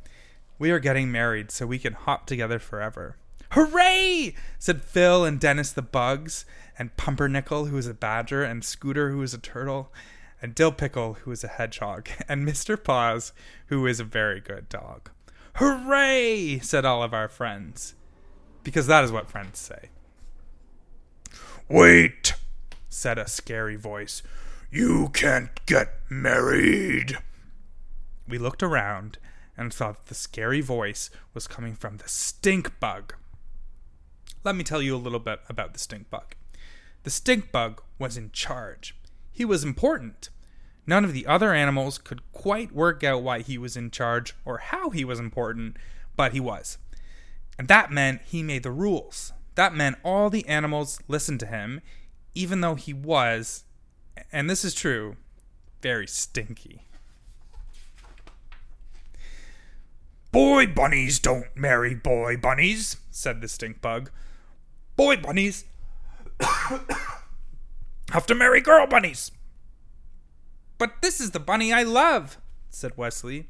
Speaker 2: We are getting married so we can hop together forever. Hooray! said Phil and Dennis the bugs, and Pumpernickel, who is a badger, and Scooter, who is a turtle, and Dill Pickle, who is a hedgehog, and Mr. Paws, who is a very good dog. Hooray! said all of our friends. Because that is what friends say. Wait, said a scary voice. You can't get married. We looked around and saw that the scary voice was coming from the stink bug. Let me tell you a little bit about the stink bug. The stink bug was in charge. He was important. None of the other animals could quite work out why he was in charge or how he was important, but he was. And that meant he made the rules. That meant all the animals listened to him, even though he was, and this is true, very stinky. Boy bunnies don't marry boy bunnies, said the stink bug. Boy bunnies have to marry girl bunnies. But this is the bunny I love, said Wesley.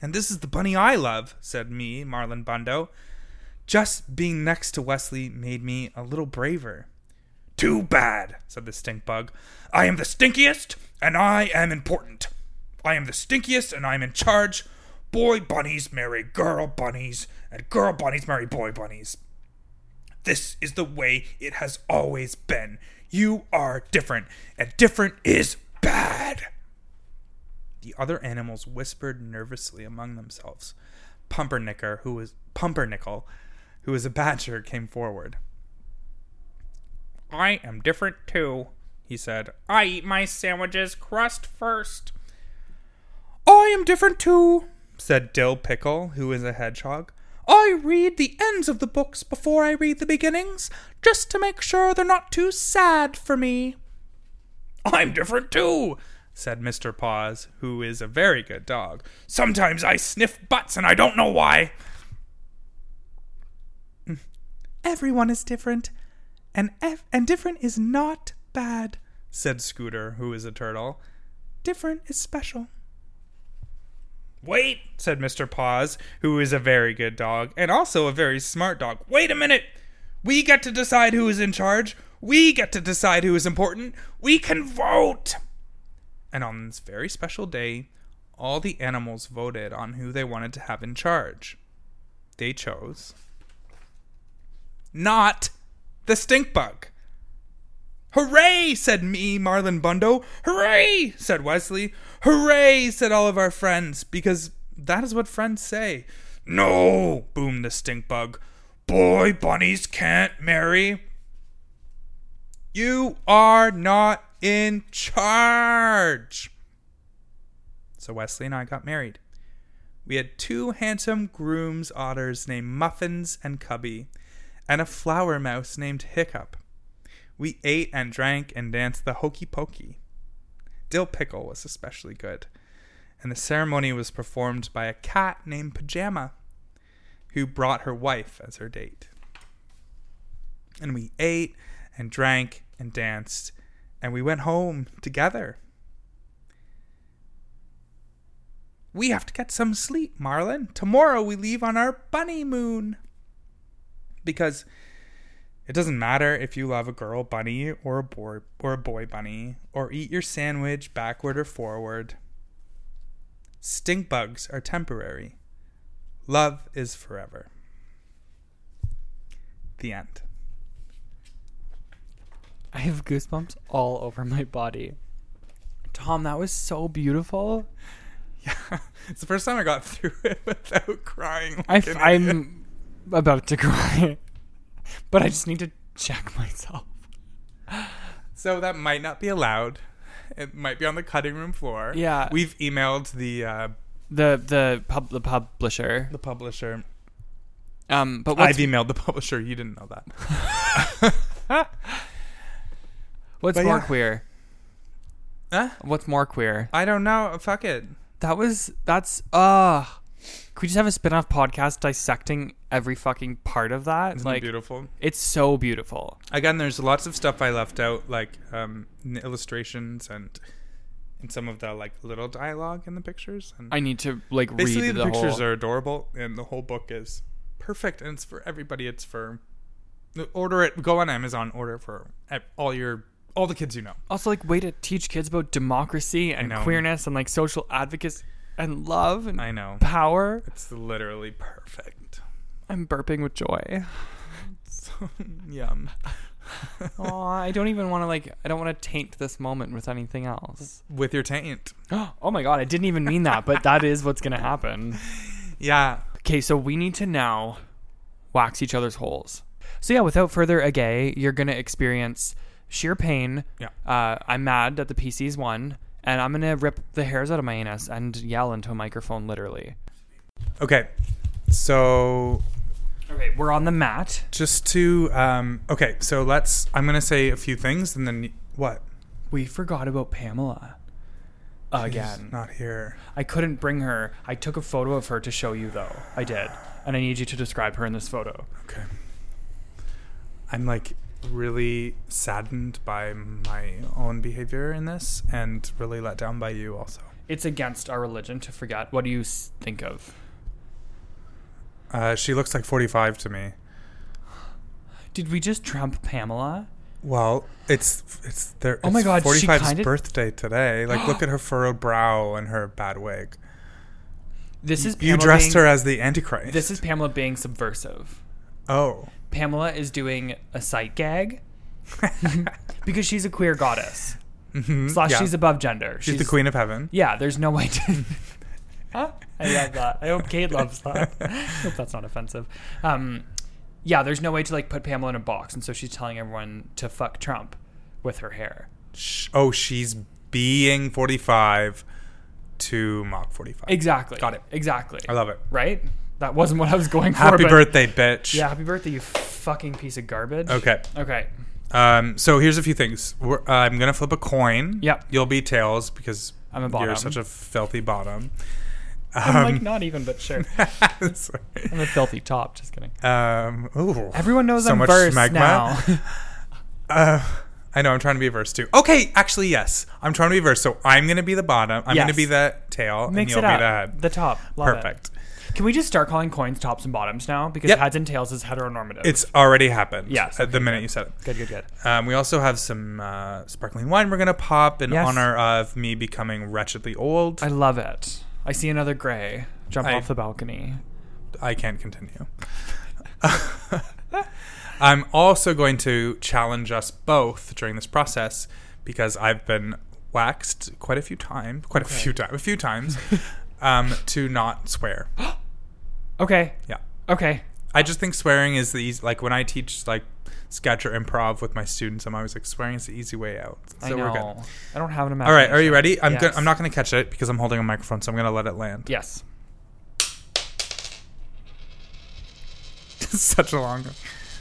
Speaker 2: And this is the bunny I love, said me, Marlon Bundo. Just being next to Wesley made me a little braver. Too bad, said the stink bug. I am the stinkiest, and I am important. I am the stinkiest, and I'm in charge. Boy bunnies marry girl bunnies, and girl bunnies marry boy bunnies. This is the way it has always been. You are different, and different is bad. The other animals whispered nervously among themselves. Pumpernickel, who was Pumpernickel, who was a badger, came forward. I am different too, he said. I eat my sandwiches crust first. I am different too, said Dill Pickle, who is a hedgehog. I read the ends of the books before I read the beginnings, just to make sure they're not too sad for me. I'm different too, said Mr. Paws, who is a very good dog. Sometimes I sniff butts and I don't know why. Mm. Everyone is different, and ev- and different is not bad, said Scooter, who is a turtle. Different is special. Wait, said Mr. Paws, who is a very good dog and also a very smart dog. Wait a minute! We get to decide who is in charge. We get to decide who is important. We can vote! And on this very special day, all the animals voted on who they wanted to have in charge. They chose. Not the stink bug. Hooray, said me, Marlon Bundo. Hooray, said Wesley. Hooray, said all of our friends, because that is what friends say. No, boomed the stink bug. Boy bunnies can't marry. You are not in charge. So Wesley and I got married. We had two handsome groom's otters named Muffins and Cubby, and a flower mouse named Hiccup. We ate and drank and danced the hokey pokey. Dill pickle was especially good, and the ceremony was performed by a cat named Pajama, who brought her wife as her date. And we ate and drank and danced, and we went home together. We have to get some sleep, Marlin. Tomorrow we leave on our bunny moon. Because it doesn't matter if you love a girl bunny or a boy or a boy bunny or eat your sandwich backward or forward. Stink bugs are temporary. Love is forever. The end.
Speaker 3: I have goosebumps all over my body. Tom, that was so beautiful.
Speaker 2: Yeah. It's the first time I got through it without crying.
Speaker 3: I
Speaker 2: like an idiot.
Speaker 3: am about to cry, but I just need to check myself.
Speaker 2: So that might not be allowed. It might be on the cutting room floor.
Speaker 3: Yeah.
Speaker 2: We've emailed the uh,
Speaker 3: The the pub the publisher.
Speaker 2: the publisher.
Speaker 3: Um, but
Speaker 2: I've
Speaker 3: what's,
Speaker 2: emailed the publisher. You didn't know that.
Speaker 3: what's
Speaker 2: but
Speaker 3: more
Speaker 2: yeah.
Speaker 3: queer?
Speaker 2: Huh?
Speaker 3: What's more queer?
Speaker 2: I don't know. Fuck it.
Speaker 3: That was that's uh could we just have a spin-off podcast dissecting every fucking part of that?
Speaker 2: Isn't it
Speaker 3: like
Speaker 2: beautiful?
Speaker 3: it's so beautiful.
Speaker 2: Again, there's lots of stuff I left out, like um, n- illustrations and and some of the like little dialogue in the pictures. And
Speaker 3: I need to like
Speaker 2: basically,
Speaker 3: read
Speaker 2: the,
Speaker 3: the,
Speaker 2: pictures
Speaker 3: whole
Speaker 2: are adorable, and the whole book is perfect, and it's for everybody. It's for order it. Go on Amazon. Order it for ev- all your all the kids you know.
Speaker 3: also like way to teach kids about democracy and
Speaker 2: know.
Speaker 3: queerness and like social advocacy and love and
Speaker 2: I know.
Speaker 3: power.
Speaker 2: It's literally perfect.
Speaker 3: I'm burping with joy.
Speaker 2: So, yum.
Speaker 3: Oh, I don't even want to like I don't want to taint this moment with anything else.
Speaker 2: With your taint.
Speaker 3: Oh my god, I didn't even mean that, but that is what's going to happen.
Speaker 2: Yeah.
Speaker 3: Okay, so we need to now wax each other's holes. So yeah, without further ado, you're gonna experience sheer pain.
Speaker 2: Yeah.
Speaker 3: Uh, I'm mad that the PC's won, and I'm gonna rip the hairs out of my anus and yell into a microphone, literally.
Speaker 2: Okay. So
Speaker 3: Okay, we're on the mat.
Speaker 2: just to um okay, so let's I'm gonna say a few things and then y- what?
Speaker 3: We forgot about Pamela.
Speaker 2: She's
Speaker 3: Again,
Speaker 2: Not here.
Speaker 3: I couldn't bring her. I took a photo of her to show you, though. I did, and I need you to describe her in this photo.
Speaker 2: Okay. I'm like really saddened by my own behavior in this and really let down by you also.
Speaker 3: It's against our religion to forget. What do you s- think of?
Speaker 2: Uh, she looks like 45 to me.
Speaker 3: Did we just trump Pamela?
Speaker 2: Well, it's it's their
Speaker 3: Oh my
Speaker 2: it's
Speaker 3: God, she
Speaker 2: 45's
Speaker 3: kinda-
Speaker 2: birthday today. Like look at her furrowed brow and her bad wig.
Speaker 3: This is
Speaker 2: You
Speaker 3: Pamela
Speaker 2: dressed
Speaker 3: being-
Speaker 2: her as the Antichrist.
Speaker 3: This is Pamela being subversive.
Speaker 2: oh,
Speaker 3: Pamela is doing a sight gag because she's a queer goddess.
Speaker 2: Mhm, Mm-hmm.
Speaker 3: Slash,
Speaker 2: yeah.
Speaker 3: she's above gender.
Speaker 2: She's the queen of heaven.
Speaker 3: Yeah, there's no way to. Huh? I love that. I hope Kate loves that. I hope that's not offensive. Um, yeah, there's no way to like put Pamela in a box, and so she's telling everyone to fuck Trump with her hair.
Speaker 2: Sh- Oh, she's being forty-five to mock forty-five.
Speaker 3: Exactly.
Speaker 2: Got it.
Speaker 3: Exactly.
Speaker 2: I love it.
Speaker 3: Right? That wasn't what I was going for.
Speaker 2: Happy
Speaker 3: but-
Speaker 2: birthday, bitch.
Speaker 3: Yeah, happy birthday, you fucking piece of garbage.
Speaker 2: Okay.
Speaker 3: Okay.
Speaker 2: Um. So here's a few things. We're, uh, I'm gonna flip a coin.
Speaker 3: Yep.
Speaker 2: You'll be tails because
Speaker 3: I'm a
Speaker 2: You're
Speaker 3: bottom.
Speaker 2: such a filthy bottom.
Speaker 3: I'm like
Speaker 2: Um,
Speaker 3: not even, but sure.
Speaker 2: sorry.
Speaker 3: I'm a filthy top. Just kidding.
Speaker 2: um. Ooh.
Speaker 3: Everyone knows
Speaker 2: So
Speaker 3: I'm
Speaker 2: much
Speaker 3: verse
Speaker 2: smegma.
Speaker 3: now.
Speaker 2: Uh, I know I'm trying to be a verse too. Okay, actually yes, I'm trying to be verse. So I'm gonna be the bottom. I'm gonna
Speaker 3: Yes.
Speaker 2: be the tail, and
Speaker 3: Mix
Speaker 2: you'll
Speaker 3: it
Speaker 2: be
Speaker 3: up.
Speaker 2: the head.
Speaker 3: The top. Love it.
Speaker 2: Perfect.
Speaker 3: Can we just start calling coins tops and bottoms now? Because
Speaker 2: Yep.
Speaker 3: heads and tails is heteronormative.
Speaker 2: It's already happened.
Speaker 3: Yes,
Speaker 2: at the minute you said it.
Speaker 3: good, good, good.
Speaker 2: Um, we also have some uh, sparkling wine we're gonna pop in
Speaker 3: Yes.
Speaker 2: honor of me becoming wretchedly old.
Speaker 3: I
Speaker 2: I,
Speaker 3: love it. I see another gray jump
Speaker 2: I-
Speaker 3: off the balcony.
Speaker 2: can't continue. I'm also going to challenge us both during this process because I've been waxed quite a few times, quite a few times, a few times, um, to not swear.
Speaker 3: Okay.
Speaker 2: Yeah.
Speaker 3: Okay.
Speaker 2: I just think swearing is the easy, like when I teach like sketch or improv with my students, I'm always like swearing is the easy way out. So
Speaker 3: I know.
Speaker 2: we're good.
Speaker 3: I don't have an
Speaker 2: All right,
Speaker 3: imagination.
Speaker 2: are you ready? I'm gonna,
Speaker 3: Yes.
Speaker 2: I'm not going to catch it because I'm holding a microphone, so I'm going to let it land.
Speaker 3: Yes.
Speaker 2: Such a long.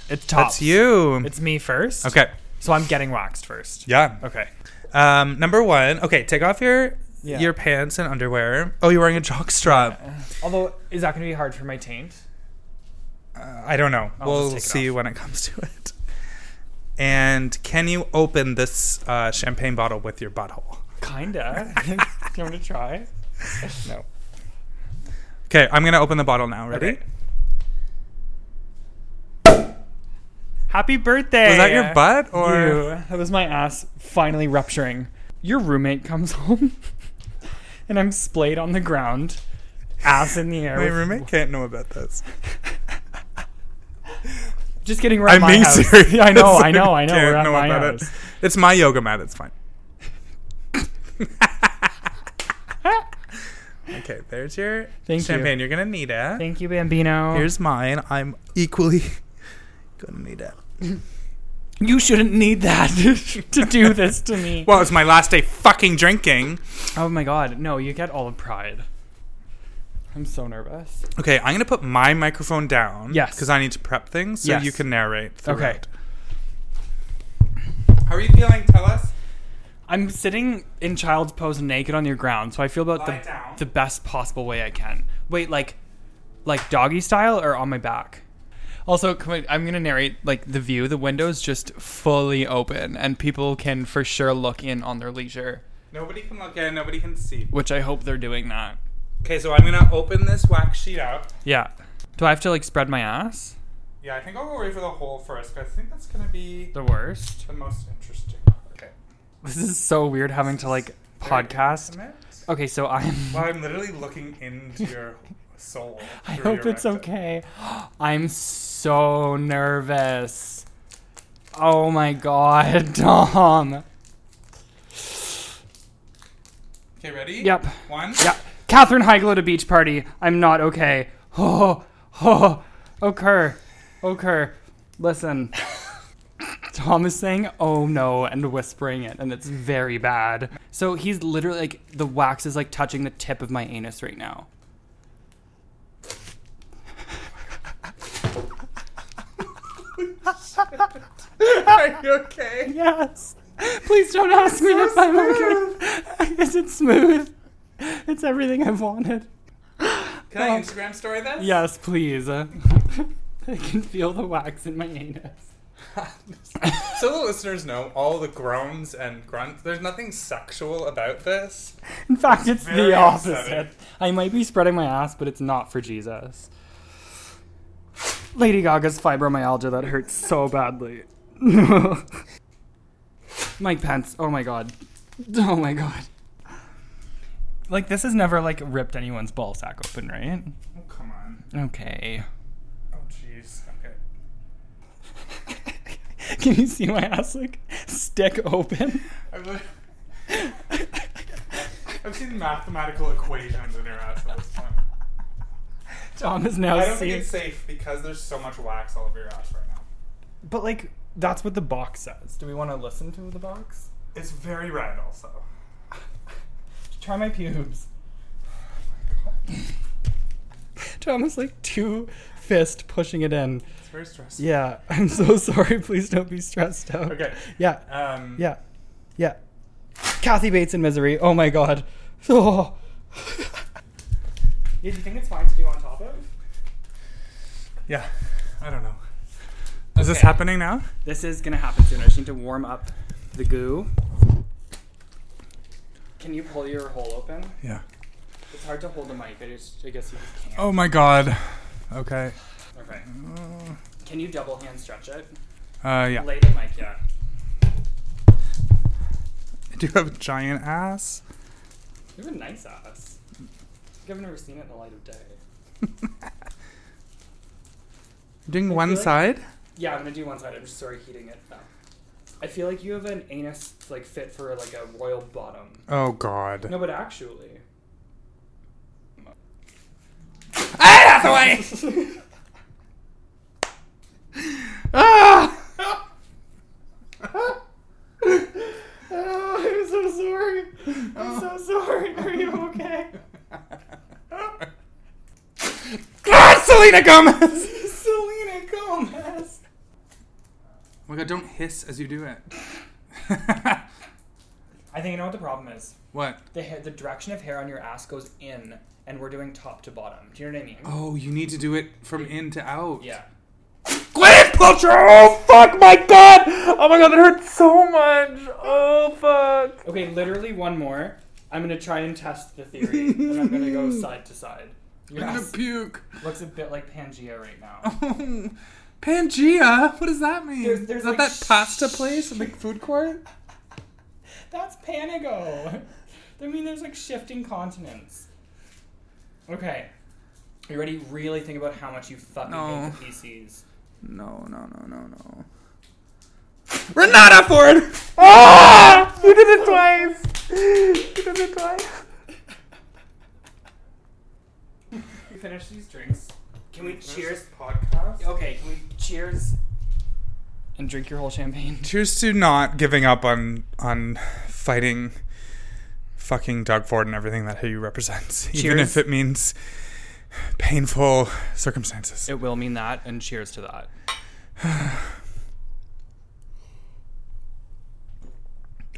Speaker 3: It's tops.
Speaker 2: That's you.
Speaker 3: It's me first.
Speaker 2: okay.
Speaker 3: So I'm getting waxed first.
Speaker 2: Yeah.
Speaker 3: Okay.
Speaker 2: Um, number one. Okay, take off your
Speaker 3: Yeah.
Speaker 2: your pants and underwear. Oh, you're wearing a jockstrap.
Speaker 3: Although, is that going to be hard for my taint?
Speaker 2: Uh, I don't know.
Speaker 3: I'll just
Speaker 2: we'll
Speaker 3: take it
Speaker 2: see
Speaker 3: off.
Speaker 2: when it comes to it. And can you open this uh, champagne bottle with your butthole?
Speaker 3: Kinda. Do you want to try?
Speaker 2: No. Okay, I'm gonna open the bottle now. Ready?
Speaker 3: Okay. Happy birthday!
Speaker 2: Was that your butt or?
Speaker 3: Ew, that was my ass finally rupturing. Your roommate comes home, and I'm splayed on the ground, ass in the air.
Speaker 2: My
Speaker 3: with-
Speaker 2: roommate can't know about this.
Speaker 3: Just getting right.
Speaker 2: I'm
Speaker 3: my
Speaker 2: being
Speaker 3: house.
Speaker 2: serious.
Speaker 3: I know. I know. I know.
Speaker 2: Can't
Speaker 3: We're at
Speaker 2: know
Speaker 3: my
Speaker 2: about
Speaker 3: house.
Speaker 2: it. It's my yoga mat. It's fine. okay, there's your
Speaker 3: Thank you.
Speaker 2: champagne. You're gonna need it.
Speaker 3: Thank you, Bambino.
Speaker 2: Here's mine. I'm equally gonna need it.
Speaker 3: you shouldn't need that to do this to me.
Speaker 2: Well, it's my last day fucking drinking.
Speaker 3: Oh my god! No, you get all the pride. I'm so nervous.
Speaker 2: Okay, I'm gonna put my microphone down.
Speaker 3: Yes.
Speaker 2: Because I need to prep things, so
Speaker 3: Yes.
Speaker 2: you can narrate.
Speaker 3: Okay.
Speaker 2: throughout. How are you feeling? Tell us.
Speaker 3: I'm sitting in child's pose naked on your ground, so I feel about
Speaker 2: Lie
Speaker 3: the
Speaker 2: down.
Speaker 3: the best possible way I can. Wait, like like doggy style or on my back? Also, can we- I'm gonna narrate like the view. The window's just fully open, and people can for sure look in on their leisure,
Speaker 2: Nobody can look in. Nobody can see.
Speaker 3: which I hope they're doing that.
Speaker 2: Okay, so I'm gonna open this wax sheet up.
Speaker 3: Yeah. Do I have to like spread my ass?
Speaker 2: Yeah, I think I'll go away for the whole first because I think that's gonna be
Speaker 3: The worst.
Speaker 2: the most interesting. Okay.
Speaker 3: This is so weird having to like podcast.
Speaker 2: Well,
Speaker 3: Okay, so I'm.
Speaker 2: I'm literally looking into your soul.
Speaker 3: I hope it's okay. I'm so nervous. Oh my god, Tom.
Speaker 2: Okay, ready?
Speaker 3: Yep.
Speaker 2: One.
Speaker 3: Yeah. Catherine Heigl at a beach party. I'm not okay. Oh, oh, okay. Okay. Listen. Tom is saying, oh no, and whispering it, and it's very bad. So he's literally like, the wax is like touching the tip of my anus right now.
Speaker 2: Are you okay?
Speaker 3: Yes. Please don't ask me if I'm okay. Is it smooth? It's everything I've wanted.
Speaker 2: Can I Instagram story this?
Speaker 3: Yes, please. I can feel the wax in my anus.
Speaker 2: So the listeners know all the groans and grunts. There's nothing sexual about this.
Speaker 3: In fact, it's
Speaker 2: very
Speaker 3: the
Speaker 2: upsetting.
Speaker 3: opposite. I might be spreading my ass, but it's not for Jesus. Lady Gaga's fibromyalgia that hurts so badly. Mike Pence. Oh my god. Oh my god. Like this has never like ripped anyone's ball sack open, right?
Speaker 2: Oh come on.
Speaker 3: Okay.
Speaker 2: Oh jeez. Okay.
Speaker 3: Can you see my ass like stick open?
Speaker 2: I've, li- I've seen mathematical equations in your ass at this point.
Speaker 3: Tom is
Speaker 2: I
Speaker 3: now
Speaker 2: don't think
Speaker 3: seeing.
Speaker 2: it's safe because there's so much wax all over your ass right now.
Speaker 3: But like that's what the box says. Do we want to listen to the box?
Speaker 2: It's very red also.
Speaker 3: Try my pubes. Thomas like two fist pushing it in.
Speaker 2: It's very stressful.
Speaker 3: Yeah, I'm so sorry. Please don't be stressed out.
Speaker 2: Okay.
Speaker 3: Yeah.
Speaker 2: Um,
Speaker 3: Yeah. Yeah. Kathy Bates in misery. Oh my god. Oh. yeah, do you think it's fine to do on top of?
Speaker 2: Yeah. I don't know. Is this
Speaker 3: Okay.
Speaker 2: happening now?
Speaker 3: This is gonna happen soon. I just need to warm up the goo. Can you pull your hole open?
Speaker 2: Yeah.
Speaker 3: It's hard to hold the mic. I just, I guess you just can't.
Speaker 2: Oh my god. Okay.
Speaker 3: Okay. Can you double hand stretch it?
Speaker 2: Uh, yeah.
Speaker 3: Lay the mic, yeah.
Speaker 2: I do have a giant ass.
Speaker 3: You have a nice ass. I think I've never seen it in the light of day.
Speaker 2: Doing
Speaker 3: I
Speaker 2: one
Speaker 3: feel like-
Speaker 2: side.
Speaker 3: Yeah, I'm gonna do one side. I'm just sorry heating it up. I feel like you have an anus like fit for like a royal bottom.
Speaker 2: Oh god.
Speaker 3: No, but actually.
Speaker 2: Ah, that's the way. ah.
Speaker 3: Oh, I'm so sorry. I'm so sorry. Are you okay?
Speaker 2: ah, Selena Gomez.
Speaker 3: Selena Gomez.
Speaker 2: Oh my god! Don't hiss as you do it.
Speaker 3: I think I know what the problem is.
Speaker 2: what?
Speaker 3: The hair, the direction of hair on your ass goes in, and we're doing top to bottom. Do you know what I mean?
Speaker 2: Oh, you need to do it from in to out.
Speaker 3: Yeah.
Speaker 2: Gwyneth Paltrow. Oh fuck! My god. Oh my god! That hurts so much. Oh fuck.
Speaker 3: Okay, literally one more. I'm gonna try and test the theory, and I'm gonna go side to side.
Speaker 4: I'm gonna puke.
Speaker 3: Looks a bit like Pangea right
Speaker 2: Oh.
Speaker 3: now.
Speaker 2: Pangea? What does that mean?
Speaker 3: There's- there's
Speaker 2: Is that
Speaker 3: like
Speaker 2: that pasta place in the food court?
Speaker 3: That's Panago. I mean, there's like shifting continents. Okay. You ready? Really think about how much you fucking
Speaker 2: No.
Speaker 3: hate the PCs.
Speaker 2: No, no, no, no, no. Renata Ford!
Speaker 3: Ah! You did it twice. You did it twice. We finish these drinks. Can we cheers?
Speaker 2: podcast.
Speaker 3: Okay, can we cheers? And drink your whole champagne.
Speaker 2: Cheers to not giving up on on fighting fucking Doug Ford and everything that he represents, even
Speaker 3: Cheers.
Speaker 2: if it means painful circumstances.
Speaker 3: It will mean that, and cheers to that.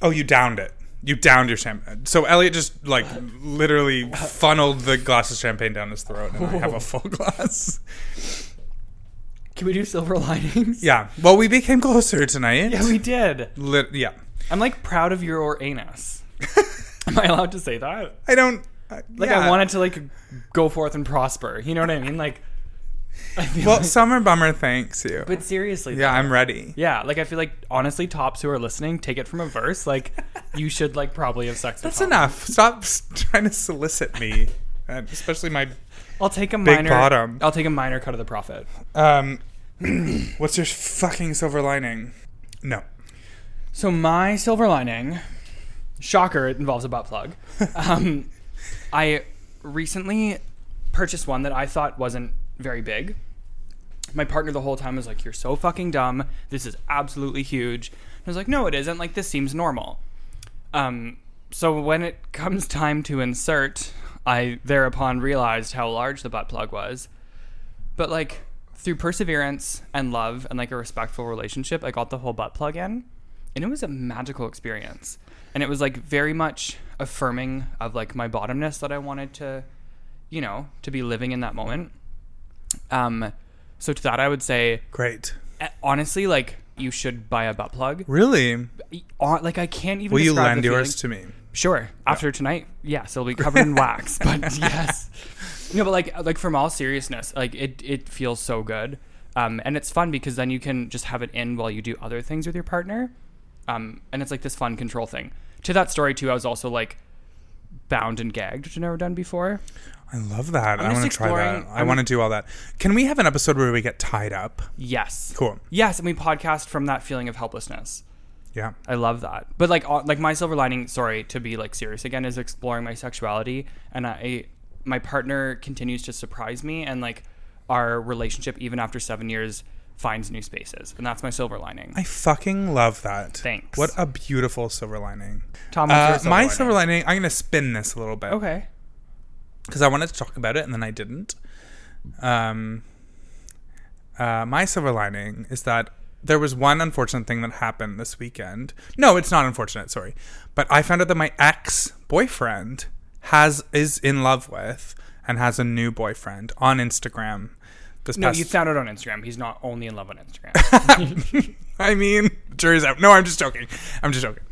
Speaker 2: Oh, you downed it. You downed your champagne. So Elliot just like literally funneled the glass of champagne down his throat, and I have a full glass.
Speaker 3: Can we do silver linings?
Speaker 2: Yeah. Well, we became closer tonight.
Speaker 3: Yeah, we did.
Speaker 2: Lit- yeah.
Speaker 3: I'm like proud of your anus. Am I allowed to say that?
Speaker 2: I don't. I
Speaker 3: Like
Speaker 2: yeah.
Speaker 3: I wanted to like go forth and prosper. You know what I mean? Like I feel
Speaker 2: Well,
Speaker 3: like-
Speaker 2: summer bummer. Thanks you.
Speaker 3: but seriously.
Speaker 2: yeah, I'm ready.
Speaker 3: Yeah, like I feel like honestly tops who are listening take it from a verse like you should like probably have sex with
Speaker 2: That's
Speaker 3: Tom.
Speaker 2: enough. Stop s- trying to solicit me, and especially my.
Speaker 3: I'll take a
Speaker 2: Big
Speaker 3: minor
Speaker 2: bottom.
Speaker 3: I'll take a minor cut of the profit.
Speaker 2: Um, what's your fucking silver lining? No.
Speaker 3: So my silver lining, shocker, it involves a butt plug. Um, I recently purchased one that I thought wasn't very big. My partner the whole time was like, "You're so fucking dumb. This is absolutely huge." And I was like, "No, it isn't. Like this seems normal." Um, so when it comes time to insert, I thereupon realized how large the butt plug was. But like through perseverance and love and like a respectful relationship, I got the whole butt plug in and it was a magical experience and it was like very much affirming of like my bottomness that i wanted to you know to be living in that moment um so to that i would say
Speaker 2: Great.
Speaker 3: eh, honestly like you should buy a butt plug
Speaker 2: Really?
Speaker 3: E- hon- like i can't even
Speaker 2: Will you
Speaker 3: describe
Speaker 2: lend
Speaker 3: the
Speaker 2: yours
Speaker 3: feeling.
Speaker 2: to me?
Speaker 3: Sure. After tonight, yes, it'll be covered in wax. But yes, no, but like like from all seriousness, like it it feels so good, um, and it's fun because then you can just have it in while you do other things with your partner, um, and it's like this fun control thing. To that story too, I was also like bound and gagged, which I've never done before.
Speaker 2: I love that. I
Speaker 3: just
Speaker 2: want to try that.
Speaker 3: exploring-
Speaker 2: I
Speaker 3: I'm-
Speaker 2: want to do all that. Can we have an episode where we get tied up?
Speaker 3: Yes.
Speaker 2: Cool.
Speaker 3: Yes, and we podcast from that feeling of helplessness.
Speaker 2: Yeah.
Speaker 3: I love that. But like uh, like my silver lining, sorry to be like serious again, is exploring my sexuality, and I my partner continues to surprise me, and like our relationship even after seven years finds new spaces, and that's my silver lining.
Speaker 2: I fucking love that.
Speaker 3: Thanks.
Speaker 2: What a beautiful silver lining.
Speaker 3: Tom, what's your
Speaker 2: Uh,
Speaker 3: silver
Speaker 2: my
Speaker 3: lining?
Speaker 2: silver lining, I'm going to spin this a little bit.
Speaker 3: Okay.
Speaker 2: because I wanted to talk about it and then I didn't. Um, uh, my silver lining is that there was one unfortunate thing that happened this weekend. No, it's not unfortunate. Sorry, but I found out that my ex boyfriend has is in love with and has a new boyfriend on Instagram. This
Speaker 3: No,
Speaker 2: past
Speaker 3: you found it on Instagram. He's not only in love on Instagram.
Speaker 2: I mean, jury's out. No, I'm just joking. I'm just joking.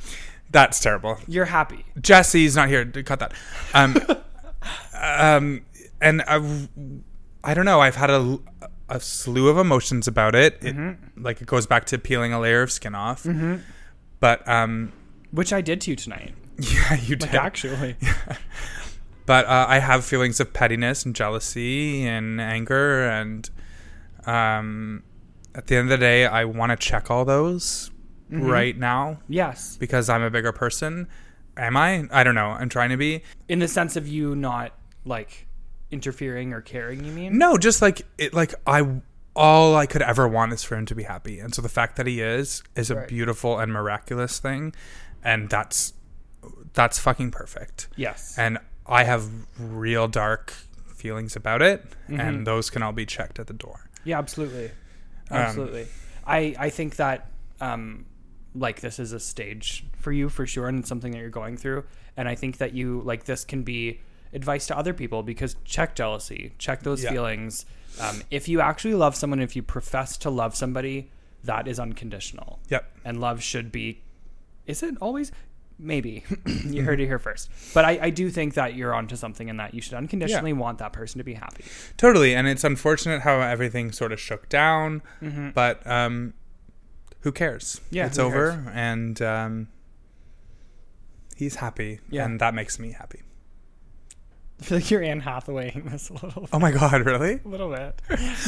Speaker 2: That's terrible.
Speaker 3: You're happy.
Speaker 2: Jesse's not here. Cut that. Um, um, and I, I don't know. I've had a, a slew of emotions about it. it Like it goes back to peeling a layer of skin off. But um,
Speaker 3: Which I did to you tonight.
Speaker 2: yeah, you did.
Speaker 3: Actually.
Speaker 2: but uh, I have feelings of pettiness and jealousy and anger, and um, at the end of the day, I want to check all those right now
Speaker 3: yes.
Speaker 2: because I'm a bigger person. Am I? I don't know. I'm trying to be.
Speaker 3: In the sense of you not like interfering or caring, you mean?
Speaker 2: No, just like it like I all I could ever want is for him to be happy. And so the fact that he is is a
Speaker 3: Right.
Speaker 2: beautiful and miraculous thing and that's that's fucking perfect.
Speaker 3: Yes.
Speaker 2: And I have real dark feelings about it
Speaker 3: Mm-hmm.
Speaker 2: and those can all be checked at the door.
Speaker 3: Yeah, absolutely, absolutely. I I think that um, like this is a stage for you for sure, and it's something that you're going through. And I think that you like this can be advice to other people because check jealousy, check those
Speaker 2: Yeah.
Speaker 3: feelings. Um, if you actually love someone, if you profess to love somebody, that is unconditional,
Speaker 2: Yep.
Speaker 3: and love should be. Is it always? Maybe you heard it here first, but I, I do think that you're onto something, and that you should unconditionally want that person to be happy.
Speaker 2: Totally, and it's unfortunate how everything sort of shook down, but um, who cares?
Speaker 3: Mm-hmm. Yeah,
Speaker 2: it's
Speaker 3: who
Speaker 2: over, and um, he's happy,
Speaker 3: Yeah.
Speaker 2: and that makes me happy.
Speaker 3: I feel like you're Anne Hathaway in this a little,
Speaker 2: Oh my god, really?
Speaker 3: a little bit.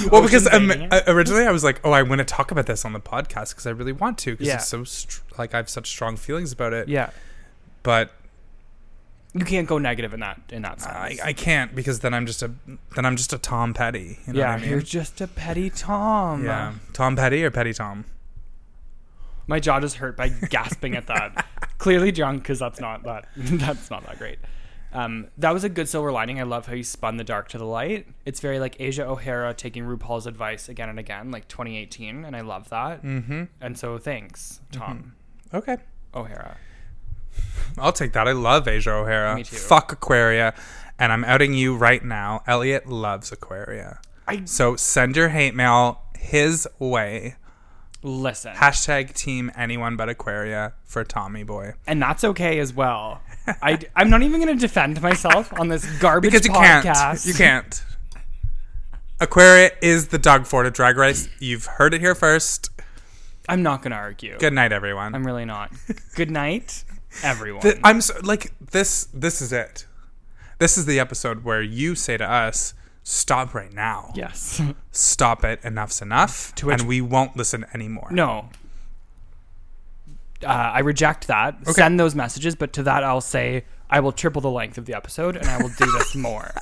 Speaker 2: Well, because um,
Speaker 3: Ocean's Eight,
Speaker 2: uh, originally I was like, oh, I want to talk about this on the podcast because I really want to because
Speaker 3: Yeah.
Speaker 2: it's so str- like I have such strong feelings about it.
Speaker 3: yeah,
Speaker 2: but
Speaker 3: you can't go negative in that in that sense.
Speaker 2: I, I can't because then I'm just a then I'm just a Tom Petty. You know
Speaker 3: yeah,
Speaker 2: what I mean?
Speaker 3: you're just a petty Tom.
Speaker 2: yeah, Tom Petty or Petty Tom.
Speaker 3: My jaw just hurt by gasping at that. Clearly drunk because that's not that that's not that great. Um, that was a good silver lining. I love how you spun the dark to the light. It's very like Asia O'Hara taking RuPaul's advice again and again, like 2018, and I love that.
Speaker 2: Mm-hmm.
Speaker 3: And so thanks, Tom
Speaker 2: Okay,
Speaker 3: O'Hara.
Speaker 2: I'll take that. I love Asia O'Hara.
Speaker 3: Me too.
Speaker 2: Fuck Aquaria, and I'm outing you right now. Elliot loves Aquaria,
Speaker 3: I
Speaker 2: so send your hate mail his way.
Speaker 3: listen,
Speaker 2: Hashtag Team Anyone But Aquaria for Tommy Boy
Speaker 3: and that's okay as well. I am not even going to defend myself on this garbage
Speaker 2: because you
Speaker 3: podcast.
Speaker 2: can't. You can't. Aquaria is the dog for the drag race. You've heard it here first.
Speaker 3: I'm not going to argue.
Speaker 2: Good night, everyone.
Speaker 3: I'm really not. Good night, everyone.
Speaker 2: Th- I'm so, like this. This is it. This is the episode where you say to us, "Stop right now.
Speaker 3: yes.
Speaker 2: Stop it. Enough's enough."
Speaker 3: To which-
Speaker 2: and we won't listen anymore.
Speaker 3: No. Uh, I reject that. Send those messages, but to that I'll say I will triple the length of the episode and I will do this more.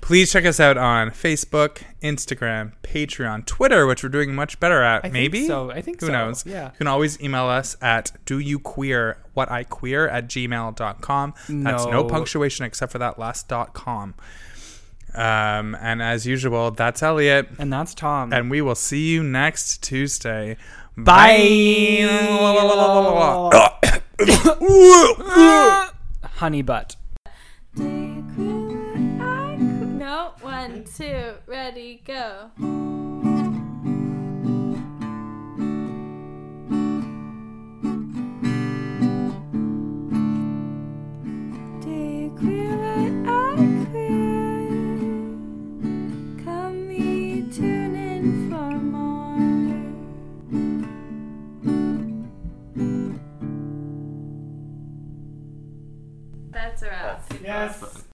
Speaker 2: Please check us out on Facebook, Instagram, Patreon, Twitter, which we're doing much better at.
Speaker 3: think
Speaker 2: maybe
Speaker 3: so. I think
Speaker 2: Who
Speaker 3: so.
Speaker 2: knows?
Speaker 3: Yeah.
Speaker 2: You can always email us at do you queer what I queer at gmail.com. That's no
Speaker 3: No.
Speaker 2: punctuation except for that last dot com. Um, and as usual, that's Elliot.
Speaker 3: And that's Tom.
Speaker 2: and we will see you next Tuesday. Bye.
Speaker 3: Honey butt.
Speaker 4: Do you queer? I queer. No. One, two, ready, go.